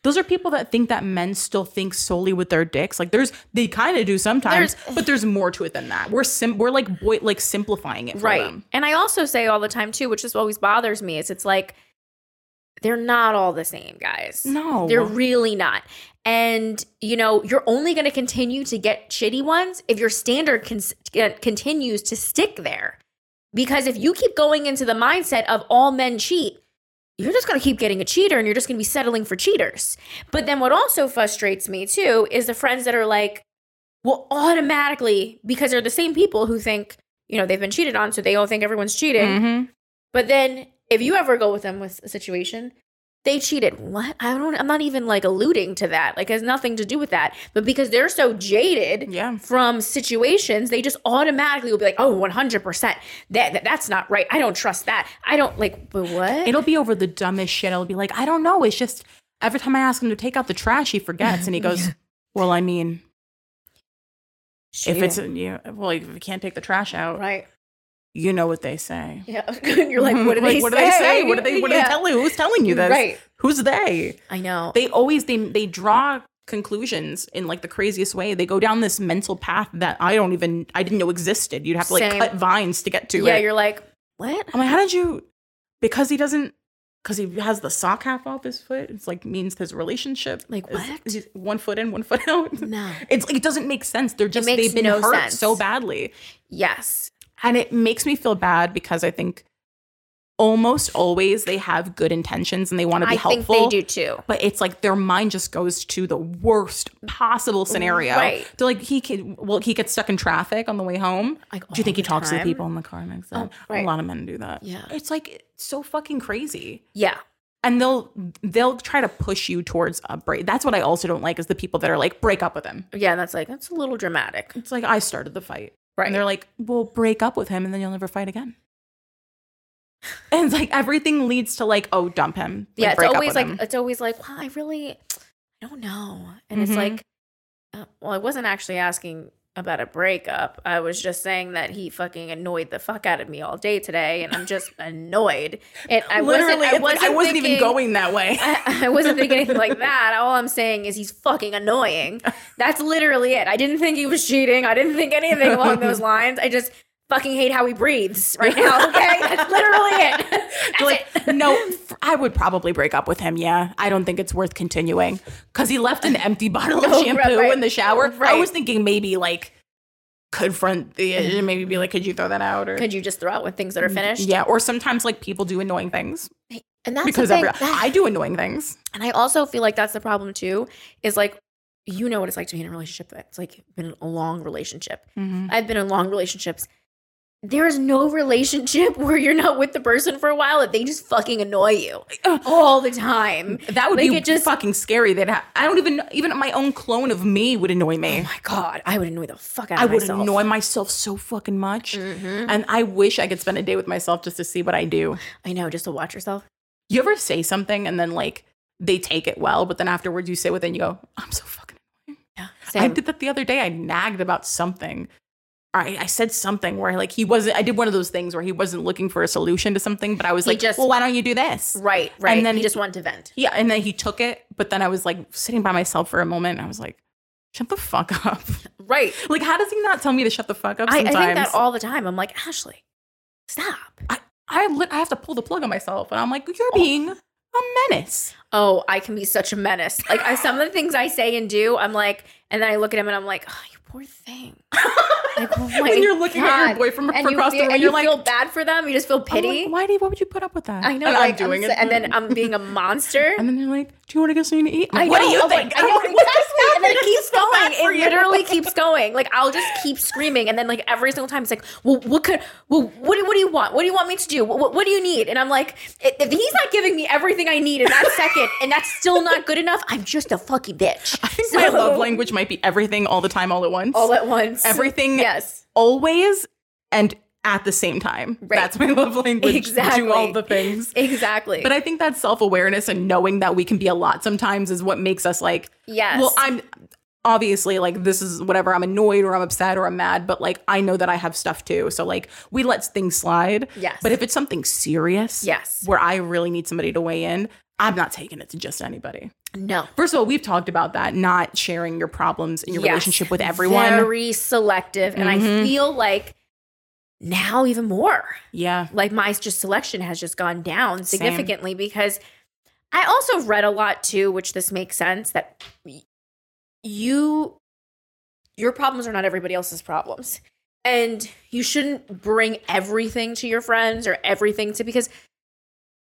Those are people that think that men still think solely with their dicks. Like there's, they kind of do sometimes, but there's more to it than that. We're sim, we're like boy, like simplifying it, for
Right.
them.
And I also say all the time too, which just always bothers me, is it's like they're not all the same, guys.
No,
They're really not. And you know, you're only going to continue to get shitty ones if your standard cons- uh, continues to stick there. Because if you keep going into the mindset of all men cheat, you're just going to keep getting a cheater and you're just going to be settling for cheaters. But then what also frustrates me too is the friends that are like well automatically because they're the same people who think, you know, they've been cheated on, so they all think everyone's cheating.
Mhm.
But then if you ever go with them with a situation, they cheated. What? I don't I'm not even like alluding to that. Like it has nothing to do with that. But because they're so jaded
Yeah.
from situations, they just automatically will be like, "Oh, 100%. That, that that's not right. I don't trust that. I don't like but what?"
It'll be over the dumbest shit. It'll be like, I don't know. It's just every time I ask him to take out the trash, he forgets. And
(laughs)
he goes, Well, I mean, if it's, you know, well, if you can't take the trash out,
right.
you know what they say.
Yeah. (laughs) You're like,
(laughs)
"What do they say?
what do they say? What do they, what do
Yeah.
they tell you? Who's telling you this?
Right.
Who's they?
I know.
They always, they, they draw conclusions in like the craziest way. They go down this mental path that I don't even, I didn't know existed. You'd have to like
Same.
cut vines to get to
yeah,
it.
you're like,
(laughs)
"What?"
I'm like, how did you? Because he doesn't. Because he has the sock half off his foot. It's like means his relationship.
Like,
is-
what?
is one foot in, one foot (laughs) out.
No.
It's like it doesn't make sense. They're just
makes
they've been
no
hurt
sense.
so badly,
Yes.
and it makes me feel bad because I think almost always they have good intentions and they want to be
I
helpful.
think they do too.
But it's like their mind just goes to the worst possible scenario.
Mm, Right.
They're like he could well he gets stuck in traffic on the way home.
Like,
Do you think
all
he talks to the
time?
people in the car and makes that?
Oh, right.
A lot of men do that.
Yeah.
It's like it's so fucking crazy.
Yeah.
And they'll they'll try to push you towards a break. That's what I also don't like is the people that are like, break up with him.
Yeah, and that's like that's a little dramatic.
It's Mm, like I started the fight.
Right.
And they're like, Well, break up with him and then you'll never fight again. (laughs) And it's like everything leads to like, oh, dump him. Like,
yeah, it's
break up
always
with
like
him.
it's always like, well, I really I don't know. And
Mhm.
it's like uh, well, I wasn't actually asking about a breakup. I was just saying that he fucking annoyed the fuck out of me all day today and I'm just annoyed. And I
literally
wasn't I
it's
wasn't,
like, I wasn't even
thinking-
going that way.
(laughs) I, I wasn't thinking anything like that. All I'm saying is he's fucking annoying. That's literally it. I didn't think he was cheating. I didn't think anything along
(laughs)
those lines. I just fucking hate how he breathes right now. Okay, that's literally it.
(laughs)
That's
You're like,
it. (laughs)
no, f- I would probably break up with him. Yeah, I don't think it's worth continuing because he left an empty bottle of
Oh, (laughs) right,
shampoo
right.
in the shower. I
Right.
was thinking maybe like confront the issue, maybe be like, could you throw that out or
Could you just throw out with things that are finished?
Mm, yeah? Or sometimes like people do annoying things
And that's
because
the thing.
every, I do annoying things.
and I also feel like that's the problem too. Is like you know what
Mm-hmm.
it's like to be in a relationship. It's like been a long relationship. I've been in long relationships. there is no relationship (laughs) where you're not with the person for a while that they just fucking annoy you
Ugh.
all the time.
That would
Like,
be
it just-
fucking scary. That ha- I don't even even my own clone of me would annoy me.
Oh My God, I would annoy the fuck out
I
of
would
myself. Mm-hmm.
annoy myself so fucking much, and I wish I could spend a day with myself just to see what I do.
I know, just to watch yourself.
You ever say something and then like they take it well, but then afterwards you say with and you go, "I'm so fucking."
Yeah,
I
same.
did that the other day. I nagged about something. I, I said something where like he wasn't. I did one of those things where he wasn't looking for a solution to something, but I was
He
like,
just-
"Well, why don't you do this?"
right, right.
And then
he
he-
just wanted to vent.
Yeah, and then he took it, but then I was like sitting by myself for a moment. And I was like, "Shut the fuck up!" (laughs)
Right.
Like, how does he not tell me to shut the fuck up?
I, I
Sometimes
think
I,
that all the time. I'm like, Ashley, stop.
lit- I have to pull the plug on myself, and I'm like, "You're being a menace."
Oh, I can be such a menace. Like I, some of the things I say and do, I'm like, and then I look at him and I'm like, oh, you poor thing. Like,
(laughs)
oh my
and you're looking at your
God.
boyfriend
And
from
you,
across
feel,
the room.
and
You're
you
like,
feel bad for them. You just feel
I'm like,
pity.
why do you? Why would you put up with that?
I know.
And
like,
I'm doing
I'm,
it,
s- and then I'm being a
(laughs)
monster.
And then you're like, "Do you want to get something to eat?" I'm
I
like, what do
know,
you
I'm
think?
Like, I know
I'm like, what just
exactly. And then it
happened? (laughs)
keeps
It's so bad
going.
for
It
you.
literally keeps going. Like I'll just keep screaming, and then like every single time it's like, well, what could, well, what, do- what do you want? What do you want me to do? What, what do you need? And I'm like, if if he's not giving me everything I need in
(laughs)
that second, and that's still not good enough, I'm just a fucking bitch.
I think (laughs) my
(laughs)
love language might be everything all the time, all at once.
all at once.
everything
(laughs) Yes.
always and at the same time.
Right.
That's my (laughs) love language.
Exactly.
Do all the things.
Exactly.
But I think that self awareness and knowing that we can be a lot sometimes is what makes us like,
yes.
well, I'm obviously like, this is whatever, I'm annoyed or I'm upset or I'm mad, but like, I know that I have stuff too. So like, we let things slide.
Yes.
But if it's something serious,
Yes.
where I really need somebody to weigh in, I'm not taking it to just anybody.
no.
First of all, we've talked about that, not sharing your problems in your
Yes.
relationship with everyone.
Very selective, and I
Mhm.
feel like now even more.
yeah.
like my just selection has just gone down
Same.
significantly because I also read a lot too, which this makes sense that y- you your problems are not everybody else's problems. And you shouldn't bring everything to your friends or everything to because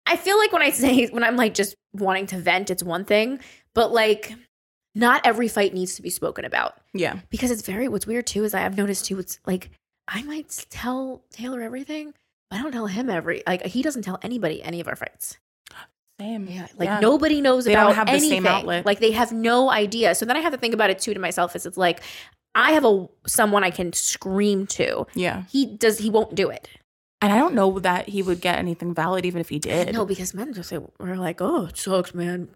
I feel like when I (laughs) say when I'm like just wanting to vent, it's one thing, but like not every fight needs to be spoken about
Yeah.
because it's very what's weird too is I've noticed too it's like I might tell Taylor everything, but I don't tell him every like he doesn't tell anybody any of our fights.
Same.
Like nobody knows
Mm-hmm. They don't
about
have the
anything.
same outlet.
Like they have no idea. So then I have to think about it too to myself is it's like I have a someone I can scream to.
Yeah.
He does he won't do it.
And I don't know that he would get anything valid even if he did.
No, because men just say we're like, oh, it sucks, man.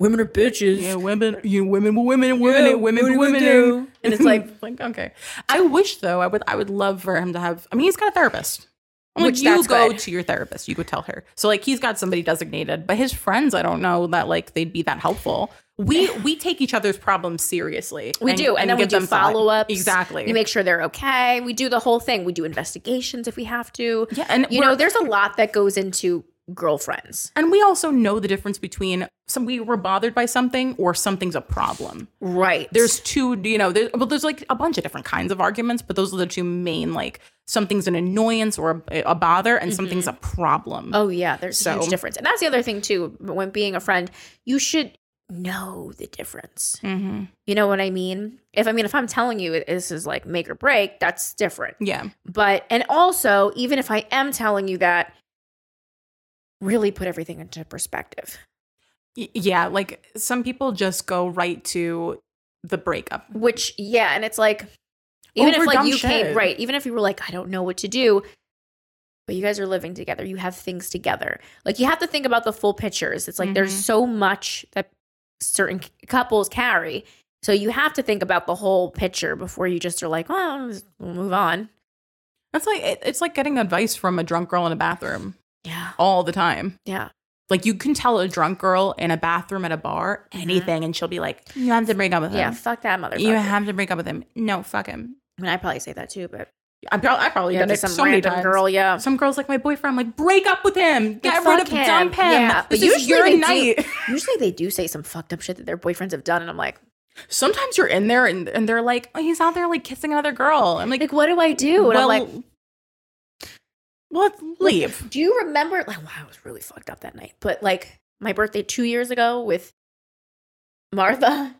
Women are bitches.
Yeah, women, you women, will women, and women,
Yeah,
and women,
what
be
do we
women,
do? And it's like-
(laughs) like, okay. I wish though, I would, I would love for him to have. I mean, he's got a therapist. I'm
Which
like, you
that's
go
good.
to your therapist. You go tell her. So like, he's got somebody designated, but his friends, I don't know that like they'd be that helpful. We we take each other's problems seriously.
We do, and, then we
give
do
them thought.
follow ups.
Exactly.
We make sure they're okay. We do the whole thing. We do investigations if we have to.
yeah, and
you
we're-
know, there's a lot that goes into girlfriends.
and we also know the difference between some we were bothered by something or something's a problem.
Right.
there's two you know there's well there's like a bunch of different kinds of arguments but those are the two main like something's an annoyance or a, a bother and something's a problem
Oh yeah, there's a huge
So-
difference. And that's the other thing too, when being a friend, you should know the difference.
Mhm.
You know what I mean? If I mean if I'm telling you it- this is like make or break, that's different.
yeah
But and also, even if I am telling you that, really put everything into perspective.
Y- yeah like some people just go right to the breakup
Which yeah, and it's like even if like
Overdone
you came
shit.
right, even if you were like I don't know what to do, but you guys are living together, you have things together. Like you have to think about the full pictures. It's like there's
Mhm.
so much that certain c- couples carry. So you have to think about the whole picture before you just are like, well, just- we'll move on.
that's like it, it's like getting advice from a drunk girl in a bathroom
Yeah.
all the time
Yeah.
like you can tell a drunk girl in a bathroom at a bar
Mm-hmm.
anything and she'll be like you have to break up with him
Yeah. Fuck that motherfucker.
you have to break up with him no fuck him
I mean, I probably say that too, but
I, prob- I probably
yeah,
done
to
it
some
so many
random
times.
girl. Yeah.
Some girls like my boyfriend, like break up with him, get
fuck
rid of,
him.
dump him.
Yeah, but
this is
usually
your
they do.
night. (laughs)
Usually they do say some fucked up shit that their boyfriends have done, and I'm like,
Sometimes you're in there and, and they're like, oh, he's out there like kissing another girl. I'm like,
like what do I do? And
well,
I'm like,
well, let's leave.
Do you remember? Like, wow, I was really fucked up that night. But
(laughs)
like my birthday two years ago with Martha,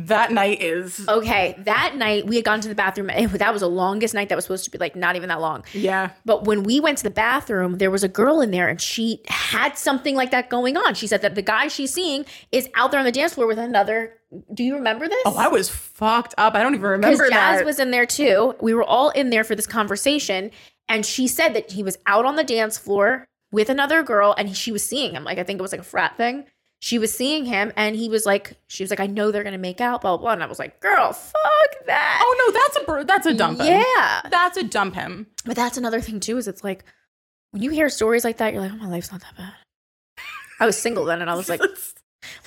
That night is
Okay, that night we had gone to the bathroom. And that was the longest night that was supposed to be like not even that long.
yeah.
But when we went to the bathroom, there was a girl in there and she had something like that going on. She said that the guy she's seeing is out there on the dance floor with another. Do you remember this?
Oh, I was fucked up. I don't even
Because
remember
Jazz
that.
was in there too. We were all in there for this conversation. And she said that he was out on the dance floor with another girl and she was seeing him. Like, I think it was like a frat thing. She was seeing him and he was like, she was like, I know they're going to make out, blah, blah, blah. And I was like, girl, fuck that.
oh no, that's a bur- that's a dump him.
Yeah.
That's a dump him.
But that's another thing too, is it's like when you hear stories like that, you're like, oh, my life's not that bad. I was single then, and I
(laughs)
was like,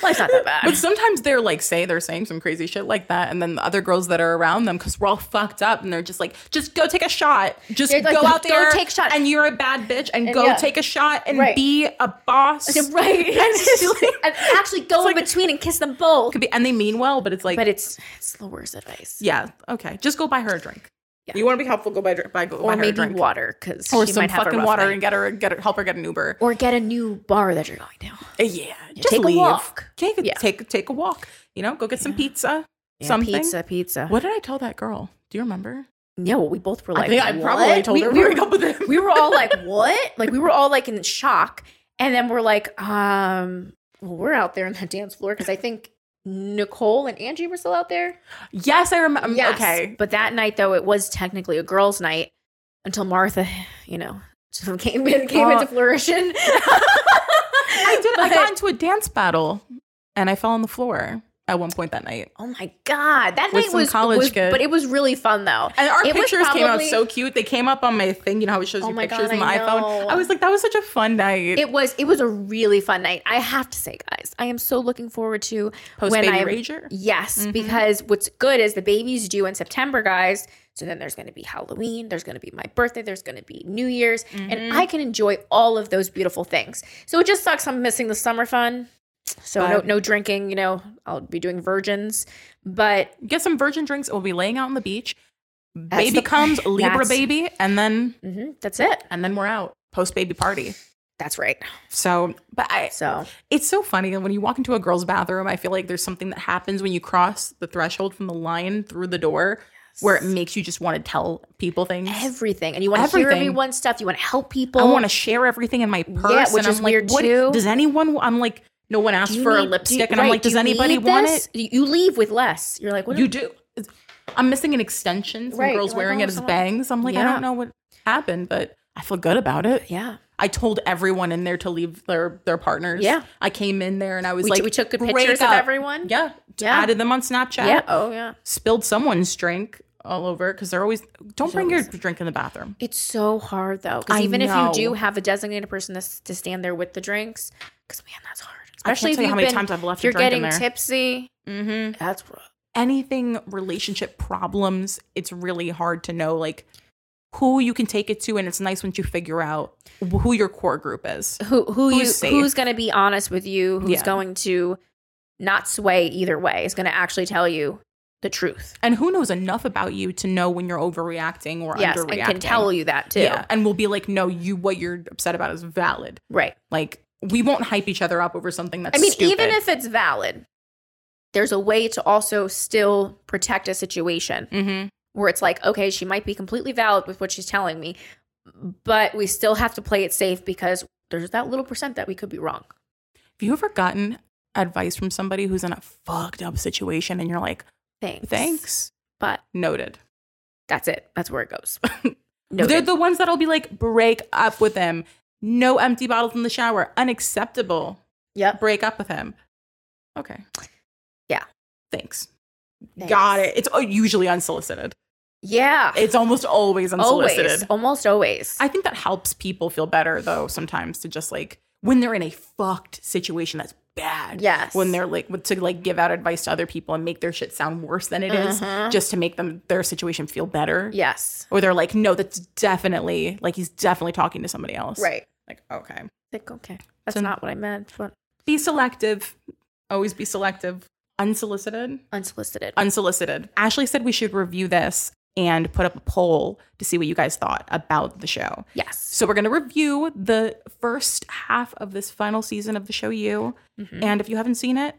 life's not that
But
bad.
sometimes they're like, say they're saying some crazy shit like that, and then the other girls that are around them, because we're all fucked up, and they're just like, just go take a shot, just
They're like,
go out
"Go
there,
take a shot."
and you're a bad bitch, and,
And
go
yeah.
take a shot and
Right.
be a boss.
(laughs)
(laughs)
right.
it's like-
(laughs) and actually go in between and kiss them both.
Could be, and they mean well, but it's like,
But it's it's the worst advice.
yeah, okay, just go buy her a drink.
Yeah.
You want to be helpful, go buy, dr- buy, go buy
Or
her a
maybe
drink,
water, because
or
she
some
might have a
fucking
rough
water,
night.
and get her, get her, help her get an Uber.
Or get a new bar that you're going to.
Uh, yeah,
Yeah,
just
take a
leave.
walk.
Take a,
Yeah.
take take a walk. You know, go get some
Yeah.
pizza.
Yeah,
Something.
Pizza, pizza.
What did I tell that girl? Do you remember?
Yeah, well, we both were like,
I think I
"What?"
probably told
we,
her
we
we,
were,
up with
(laughs)
it.
we were all like, what? Like, we were all like in shock. And then we're like, um, well, we're out there on that dance floor because I think Nicole and Angie were still out there.
(laughs) Yes, I remember.
Yes.
Okay.
But that night, though, it was technically a girls' night until Martha, you know, (laughs) sort of came, in, came
Oh.
into (laughs) flourishing.
I
I
did. I got into a dance battle, and I fell on the floor at one point that night.
Oh my God. That
With
night
some
was
college
was-
kid.
But it was really fun, though.
And our
It was
pictures came out
probably-
so cute. They came up on my thing. You know how it shows
Oh
you
my
pictures
God,
on
I
my
know.
iPhone. I was like, that was such a fun night.
It was it was a really fun night. I have to say, guys, I am so looking forward to
Post baby
when I-
rager.
Yes,
Mhm.
because what's good is the baby's due in September, guys. So then there's going to be Halloween, there's going to be my birthday, there's going to be New Year's,
Mm-hmm.
and I can enjoy all of those beautiful things. So it just sucks I'm missing the summer fun. So no
But-
no drinking, you know, I'll be doing virgins, but
Get some virgin drinks. We'll be laying out on the beach. baby
the-
comes, Libra
that's-
baby, and then
mhm, that's it.
and then we're out. Post baby party.
That's right.
So, but I,
So
it's so funny when you walk into a girl's bathroom. I feel like there's something that happens when you cross the threshold from the line through the door, where it makes you just want to tell people things.
everything and you want to hear
Everything.
everyone's stuff, you want to help people.
I want to share everything in my purse,
which
and I'm
is
like,
weird
what,
too.
Does anyone? I'm like, no one asked
you
for a
need- do-
lipstick, and I'm
right,
like,
do
does
you
anybody
need
want
this?
it?
You you leave with less. You're like, what?
You
do-
do. I'm missing an extension. Some
Right,
girls
you're like,
wearing
oh,
it as
someone-
bangs. I'm like, I
Yeah.
don't know what happened, but I feel good about it.
yeah,
I told everyone in there to leave their their partners.
Yeah.
I came in there and I was
we,
like,
t- we took good
break
pictures of
up.
everyone.
Yeah,
Yeah.
added them on Snapchat.
yeah. Oh yeah.
spilled someone's drink all over because they're always don't bring your drink in the bathroom.
It's so hard though, because
I
even
know.
if you do have a designated person to, s- to stand there with the drinks, because man, that's hard.
I
Especially
can't tell you
if
how
you've
many
been-
times I've left
if
a
you're
drink
getting
in there.
tipsy,
mm-hmm.
that's rough.
Anything relationship problems, it's really hard to know like who you can take it to, and it's nice once you figure out wh- who your core group is.
Who who
Who's
you
safe?
who's going to be honest with you? Who's
Yeah.
going to not sway either way? Is going to actually tell you the truth.
And who knows enough about you to know when you're overreacting or
Yes,
underreacting?
and can tell you that too.
Yeah, and we'll be like, no, you what you're upset about is valid.
Right.
Like we won't hype each other up over something that's.
I mean,
stupid.
even if it's valid, there's a way to also still protect a situation
Mhm.
where it's like, okay, she might be completely valid with what she's telling me, but we still have to play it safe because there's that little percent that we could be wrong.
Have you ever gotten advice from somebody who's in a fucked up situation and you're like,
Thanks.
thanks?
But
Noted.
that's it. That's where it goes. (laughs)
They're
Noted.
the ones that'll be like, break up with him. No empty bottles in the shower. Unacceptable.
Yep.
Break up with him. Okay.
Yeah.
Thanks.
Thanks.
Got it. It's uh, usually unsolicited.
Yeah.
It's almost always unsolicited.
Always. Almost always.
I think that helps people feel better though sometimes to just like when they're in a fucked situation that's bad.
Yes.
When they're like to like give out advice to other people and make their shit sound worse than it is,
Mhm.
just to make them their situation feel better.
yes.
Or they're like, no, that's definitely like he's definitely talking to somebody else.
Right.
Like, okay.
Like, okay. That's
So-
not what I meant, but
Be selective. Always be selective. Unsolicited.
unsolicited.
Unsolicited. Ashley said we should review this and put up a poll to see what you guys thought about the show.
yes.
So we're going to review the first half of this final season of the show You.
Mhm.
And if you haven't seen it,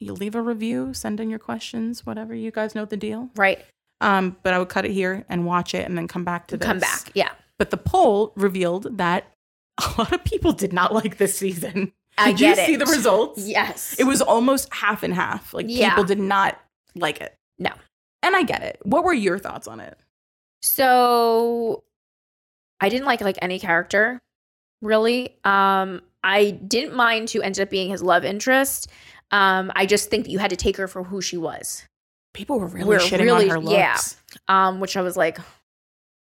you leave a review, send in your questions, whatever. You guys know the deal.
Right.
Um, but I would cut it here and watch it and then come back to this.
Come back. Yeah.
But the poll revealed that (laughs) a lot of people did not like this season.
I
did
get
you
it.
see the results?
Yes.
It was almost half and half. Like
Yeah.
people did not like it.
No.
And I get it. What were your thoughts on it?
So I didn't like like any character, really. Um I didn't mind who ended up being his love interest. Um I just think that you had to take her for who she was.
People were really
We're
shitting
really-
on her looks.
yeah. Um which I was like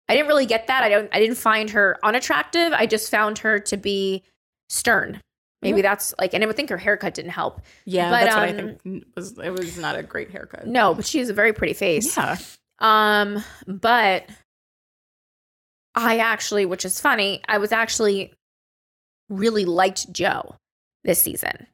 I didn't really get that. I don't I didn't find her unattractive. I just found her to be stern. Maybe
Yeah.
that's like and I would think her haircut didn't help.
Yeah,
But,
that's what I
um,
think was it was not a great haircut.
No, but she has a very pretty face.
Yeah.
Um, but I actually, which is funny, I was actually really liked Joe this season.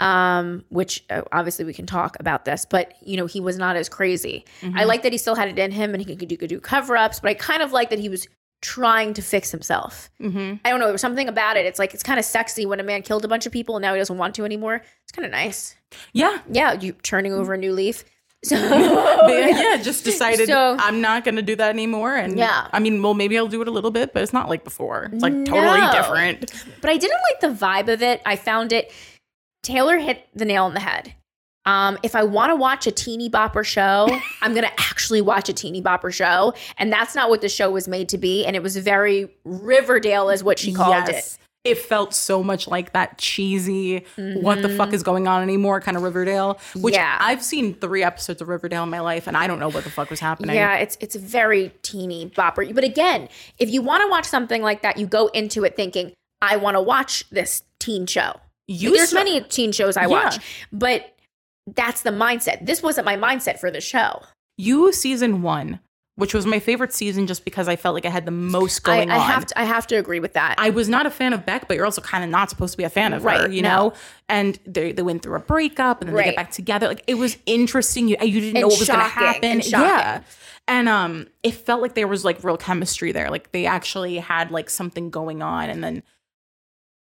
Um, which uh, obviously we can talk about this, but you know, he was not as crazy. I
Mhm.
like that he still had it in him and he could, do- could do cover ups, but I kind of like that he was trying to fix himself.
Mhm.
I don't know, there was something about it. It's like it's kind of sexy when a man killed a bunch of people and now he doesn't want to anymore. It's kind of nice.
Yeah.
Yeah, you turning over a new leaf. So (laughs)
But, yeah, just decided
Oh, So-
I'm not going to do that anymore. And
Yeah.
I mean, well, maybe I'll do it a little bit, but it's not like before. It's like totally
No.
different.
but I didn't like the vibe of it. I found it. Taylor hit the nail on the head. Um, if I want to watch a teeny bopper
(laughs)
show, I'm gonna actually watch a teeny bopper show, and that's not what the show was made to be. And it was very Riverdale, is what she called
Yes. it. felt so much like that cheesy,
it.
what the
Mhm.
fuck is going on anymore kind of Riverdale, which
Yeah.
I've seen three episodes of Riverdale in my life and I don't know what the fuck was happening.
Yeah, it's it's very teeny bopper. But again, if you want to watch something like that, you go into it thinking, I want to watch this teen show.
You
There's
saw-
many teen shows I
Yeah.
watch, but that's the mindset. This wasn't my mindset for the show.
You season one, which was my favorite season just because I felt like I had the most going
I, I
on.
have to I have to agree with that.
I was not a fan of Beck, but you're also kind of not supposed to be a fan of her,
Right,
you
no.
know? And they, they went through a breakup and then they
Right.
get back together. Like it was interesting. You, you didn't
And
know what was going to
shocking,
happen.
and shocking.
yeah. And um, it felt like there was like real chemistry there. Like they actually had like something going on. And then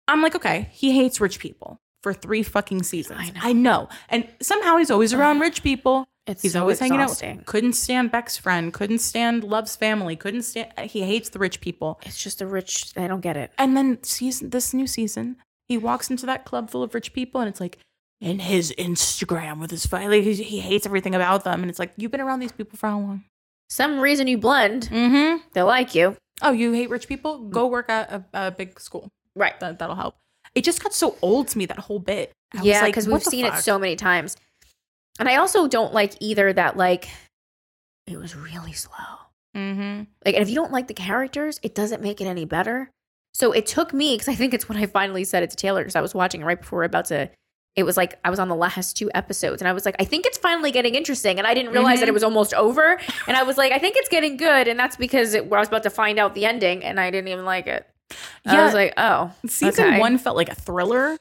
I'm like, okay, he hates rich people for three fucking seasons.
I know.
And somehow he's always around rich people.
it's
He's
so
always hanging
exhausting.
out. Couldn't stand Beck's friend. Couldn't stand Love's family. Couldn't stand. He hates the rich people.
It's just a rich. I don't get it.
And then season this new season, he walks into that club full of rich people, and it's like, in his Instagram with his file, like, he he hates everything about them, and it's like, you've been around these people for how long?
Some reason you blend,
Mm-hmm.
they like you.
Oh, you hate rich people?
Mm.
Go work at a, a big school.
Right.
That that'll help. It just got so old to me that whole bit. I was
yeah,
like,
because
what
we've
the
seen
fuck?
it so many times. And I also don't like either that like it was really slow.
Mhm.
Like and if you don't like the characters, it doesn't make it any better. So it took me because I think it's when I finally said it to Taylor because I was watching it right before we were about to. It was like I was on the last two episodes and I was like, I think it's finally getting interesting. And I didn't realize that
Mhm.
it was almost over. And I was like, I think it's getting good. And that's because it, I was about to find out the ending and I didn't even like it. I
Yeah.
was like, oh,
Season
okay.
one felt like a thriller.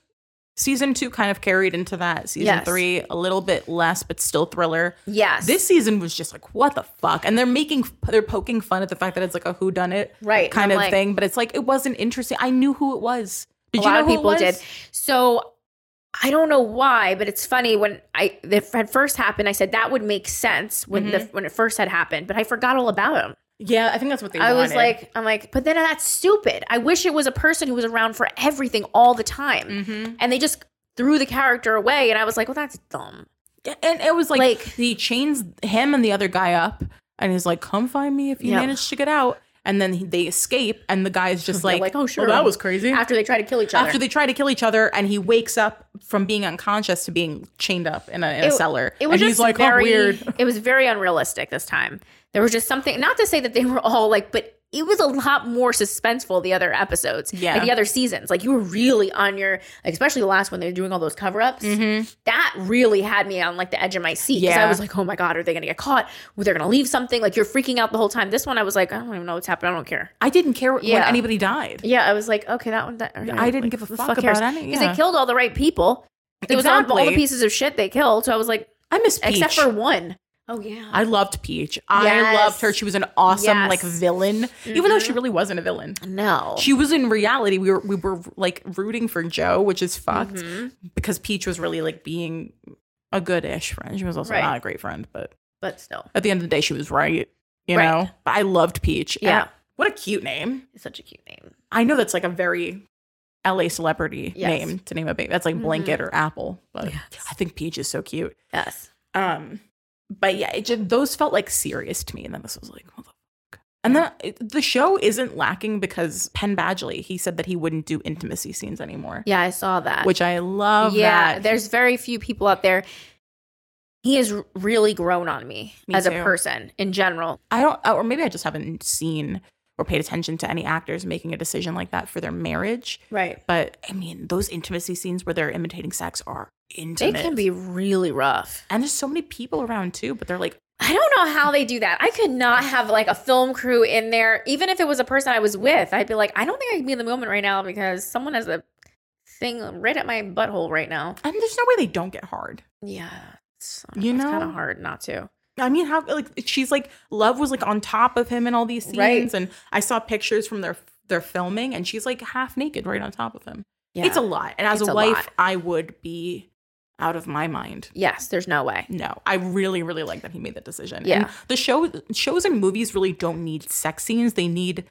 Season two kind of carried into that. Season
Yes.
three, a little bit less, but still thriller.
yes.
This season was just like, what the fuck? And they're making, they're poking fun at the fact that it's like a who done it
right
kind
I'm
of
like,
thing, but it's like it wasn't interesting. I knew who it was. Did
a
you
lot
know
of
who it
people
was?
did. So I don't know why, but it's funny when I the had first happened, I said that would make sense when
Mm-hmm.
the when it first had happened, but I forgot all about him.
Yeah, I think that's what they.
I was
wanted.
like, I'm like, but then that's stupid. I wish it was a person who was around for everything all the time,
Mhm.
and they just threw the character away, and I was like, well, that's dumb.
and it was like,
Like-
he chains him and the other guy up, and he's like, "Come find me if you
Yeah.
manage to get out." And then he, they escape, and the guy's just
(laughs) They're
like,
like, "Oh, sure."
that was crazy." After,
After they try to kill each other,
they try to kill each other, and he wakes up from being unconscious to being chained up in a, in
It-
a cellar,
it was just
and he's like, "Oh,
very,
weird."
(laughs) It was very unrealistic this time. There was just something. Not to say that they were all like, but it was a lot more suspenseful the other episodes,
Yeah.
like the other seasons. Like you were really on your, like, especially the last one. They're doing all those cover ups. That really had me on like the edge of my seat because I
Mm-hmm. Yeah.
was like, oh my god, are they gonna get caught? Well, they're gonna leave something. Like you're freaking out the whole time. This one, I was like, I don't even know what's happening. I don't care.
I didn't care when
Yeah.
anybody died.
Yeah, I was like, okay, that one. That, all right,
I didn't
like,
give a
the
fuck
cares?
about any-
because
yeah.
they killed all the right people. It was all, all the
Exactly.
pieces of shit they killed. So I was like,
I miss Peach.
except for one. Oh yeah.
I loved Peach. I
Yes.
loved her. She was an awesome
Yes.
like villain, even though she really wasn't a villain.
No.
She was in reality. We were we were like rooting for Joe, which is fucked
Mhm.
because Peach was really like being a good ish friend. She was also
Right.
not a great friend, but
but still,
at the end of the day, she was right. You
Right.
know, but I loved Peach. And
Yeah.
what a cute name.
it's such a cute name.
I know that's like a very LA celebrity
Yes.
name to name a baby. That's like
Mhm.
Blanket or Apple, but
Yes.
I think Peach is so cute.
Yes.
Um, but yeah, it just, those felt like serious to me, and then this was like, what the fuck? And then it, the show isn't lacking because Penn Badgley he said that he wouldn't do intimacy scenes anymore,
Yeah, I saw that.
which I love.
yeah,
that.
there's very few people out there. He has r- really grown on me,
Me
as
too.
a person in general.
I don't, oh, or maybe I just haven't seen or paid attention to any actors making a decision like that for their marriage.
Right.
But I mean, those intimacy scenes where they're imitating sex are
It
intimate.
can be really rough.
And there's so many people around too, but they're like,
I don't know how they do that. I could not have like a film crew in there, even if it was a person I was with. I'd be like, I don't think I can be in the moment right now because someone has a thing right at my butthole right now.
and there's no way they don't get hard.
Yeah. It's, uh,
You
it's kind
know?
of hard not to.
I mean, how like she's like love was like on top of him in all these scenes,
Right.
and I saw pictures from their their filming, and she's like half naked right on top of him.
Yeah.
It's a lot, and as
It's
a
a
wife,
lot.
I would be out of my mind.
yes. There's no way.
No, I really, really like that he made that decision.
Yeah.
And the show shows and movies really don't need sex scenes. They need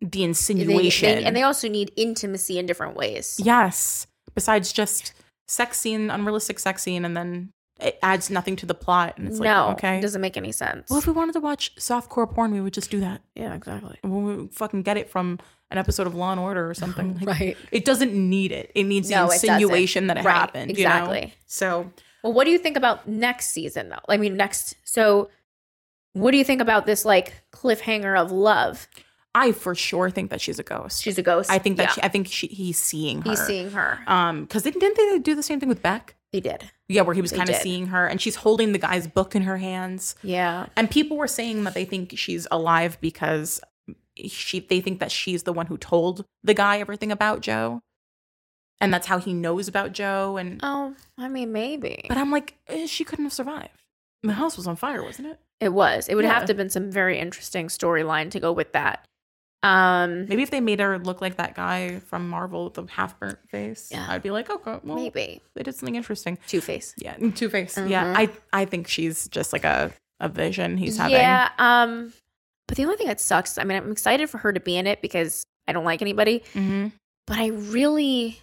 the
They- they-
insinuation.
and they also need intimacy in different ways.
yes. Besides just sex scene, unrealistic sex scene, and then it adds nothing to the plot. And it's
no.
like, okay.
It doesn't make any sense.
well, if we wanted to watch softcore porn, we would just do that.
yeah,
(laughs)
exactly.
We would fucking get it from an episode of Law and Order or something. Like,
Oh, Right.
It doesn't need it. It needs
No,
the
it doesn't.
insinuation that it
Right,
happened. you know?
exactly.
So
Well, what do you think about next season though? I mean, next. So, what do you think about this like cliffhanger of love?
I for sure think that she's a ghost.
She's a ghost.
I think that
Yeah.
she, I think she, he's seeing her.
he's seeing her.
Um, because they didn't they do the same thing with Beck?
He did.
Yeah, where he was
They
kind of
did.
seeing her, and she's holding the guy's book in her hands,
Yeah.
and people were saying that they think she's alive because she they think that she's the one who told the guy everything about Joe, and that's how he knows about Joe. And
Oh, I mean, maybe.
but I'm like, eh, she couldn't have survived. The house was on fire, wasn't it?
it was. It would
Yeah.
have to have been some very interesting storyline to go with that. Um,
Maybe if they made her look like that guy from Marvel, with the half burnt face,
Yeah.
I'd be like, okay, well,
maybe
they did something interesting.
Two Face.
Yeah, (laughs) Two Face. Yeah,
Mhm.
I I think she's just like a a vision he's having.
Yeah. Um, but the only thing that sucks. I mean, I'm excited for her to be in it because I don't like anybody,
Mm-hmm.
but I really.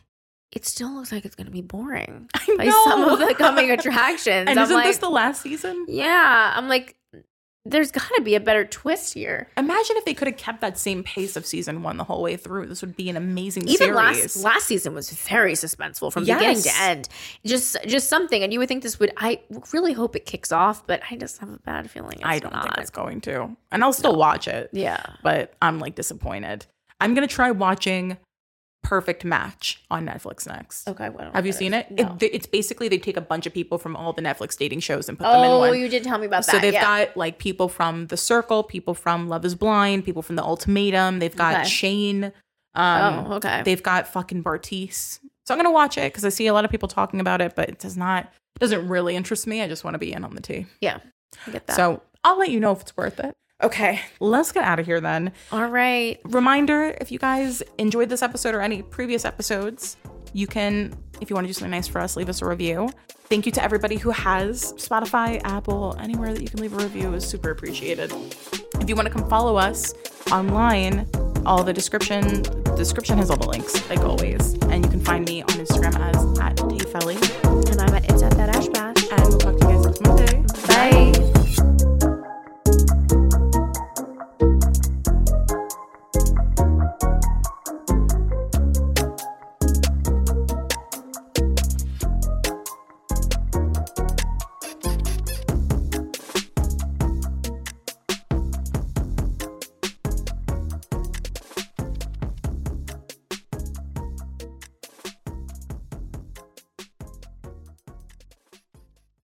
It still looks like it's going to be boring
I
by some of the
(laughs)
coming attractions.
and
I'm
isn't
like,
this the last season?
yeah, I'm like, there's got to be a better twist here.
Imagine if they could have kept that same pace of season one the whole way through. This would be an amazing
even
series.
last last season was very suspenseful from beginning to
Yes.
end just just something and you would think this would i really hope it kicks off but i just have a bad feeling it's
I don't
not.
think it's going to, and I'll still watch it,
yeah
but I'm like disappointed. I'm gonna try watching Perfect Match on Netflix next.
okay well, I don't
Have you
know.
seen it?
Oh, No.
It- It's basically they take a bunch of people from all the Netflix dating shows and put them in
oh
one.
you did tell me about that
So they've
yeah.
got like people from The Circle, people from Love Is Blind, people from The Ultimatum. They've got
Okay.
Shane. Um,
oh okay
They've got fucking Bartice. So I'm gonna watch it because I see a lot of people talking about it, but it does not it doesn't really interest me. I just want to be in on the tea.
I get that.
So I'll let you know if it's worth it. Okay, let's get out of here then.
all right
Reminder: if you guys enjoyed this episode or any previous episodes, you can, if you want to do something nice for us, leave us a review. Thank you to everybody who has Spotify, Apple, anywhere that you can leave a review is super appreciated. If you want to come follow us online, all the description description has all the links, like always. And you can find me on Instagram as at Dave Felly.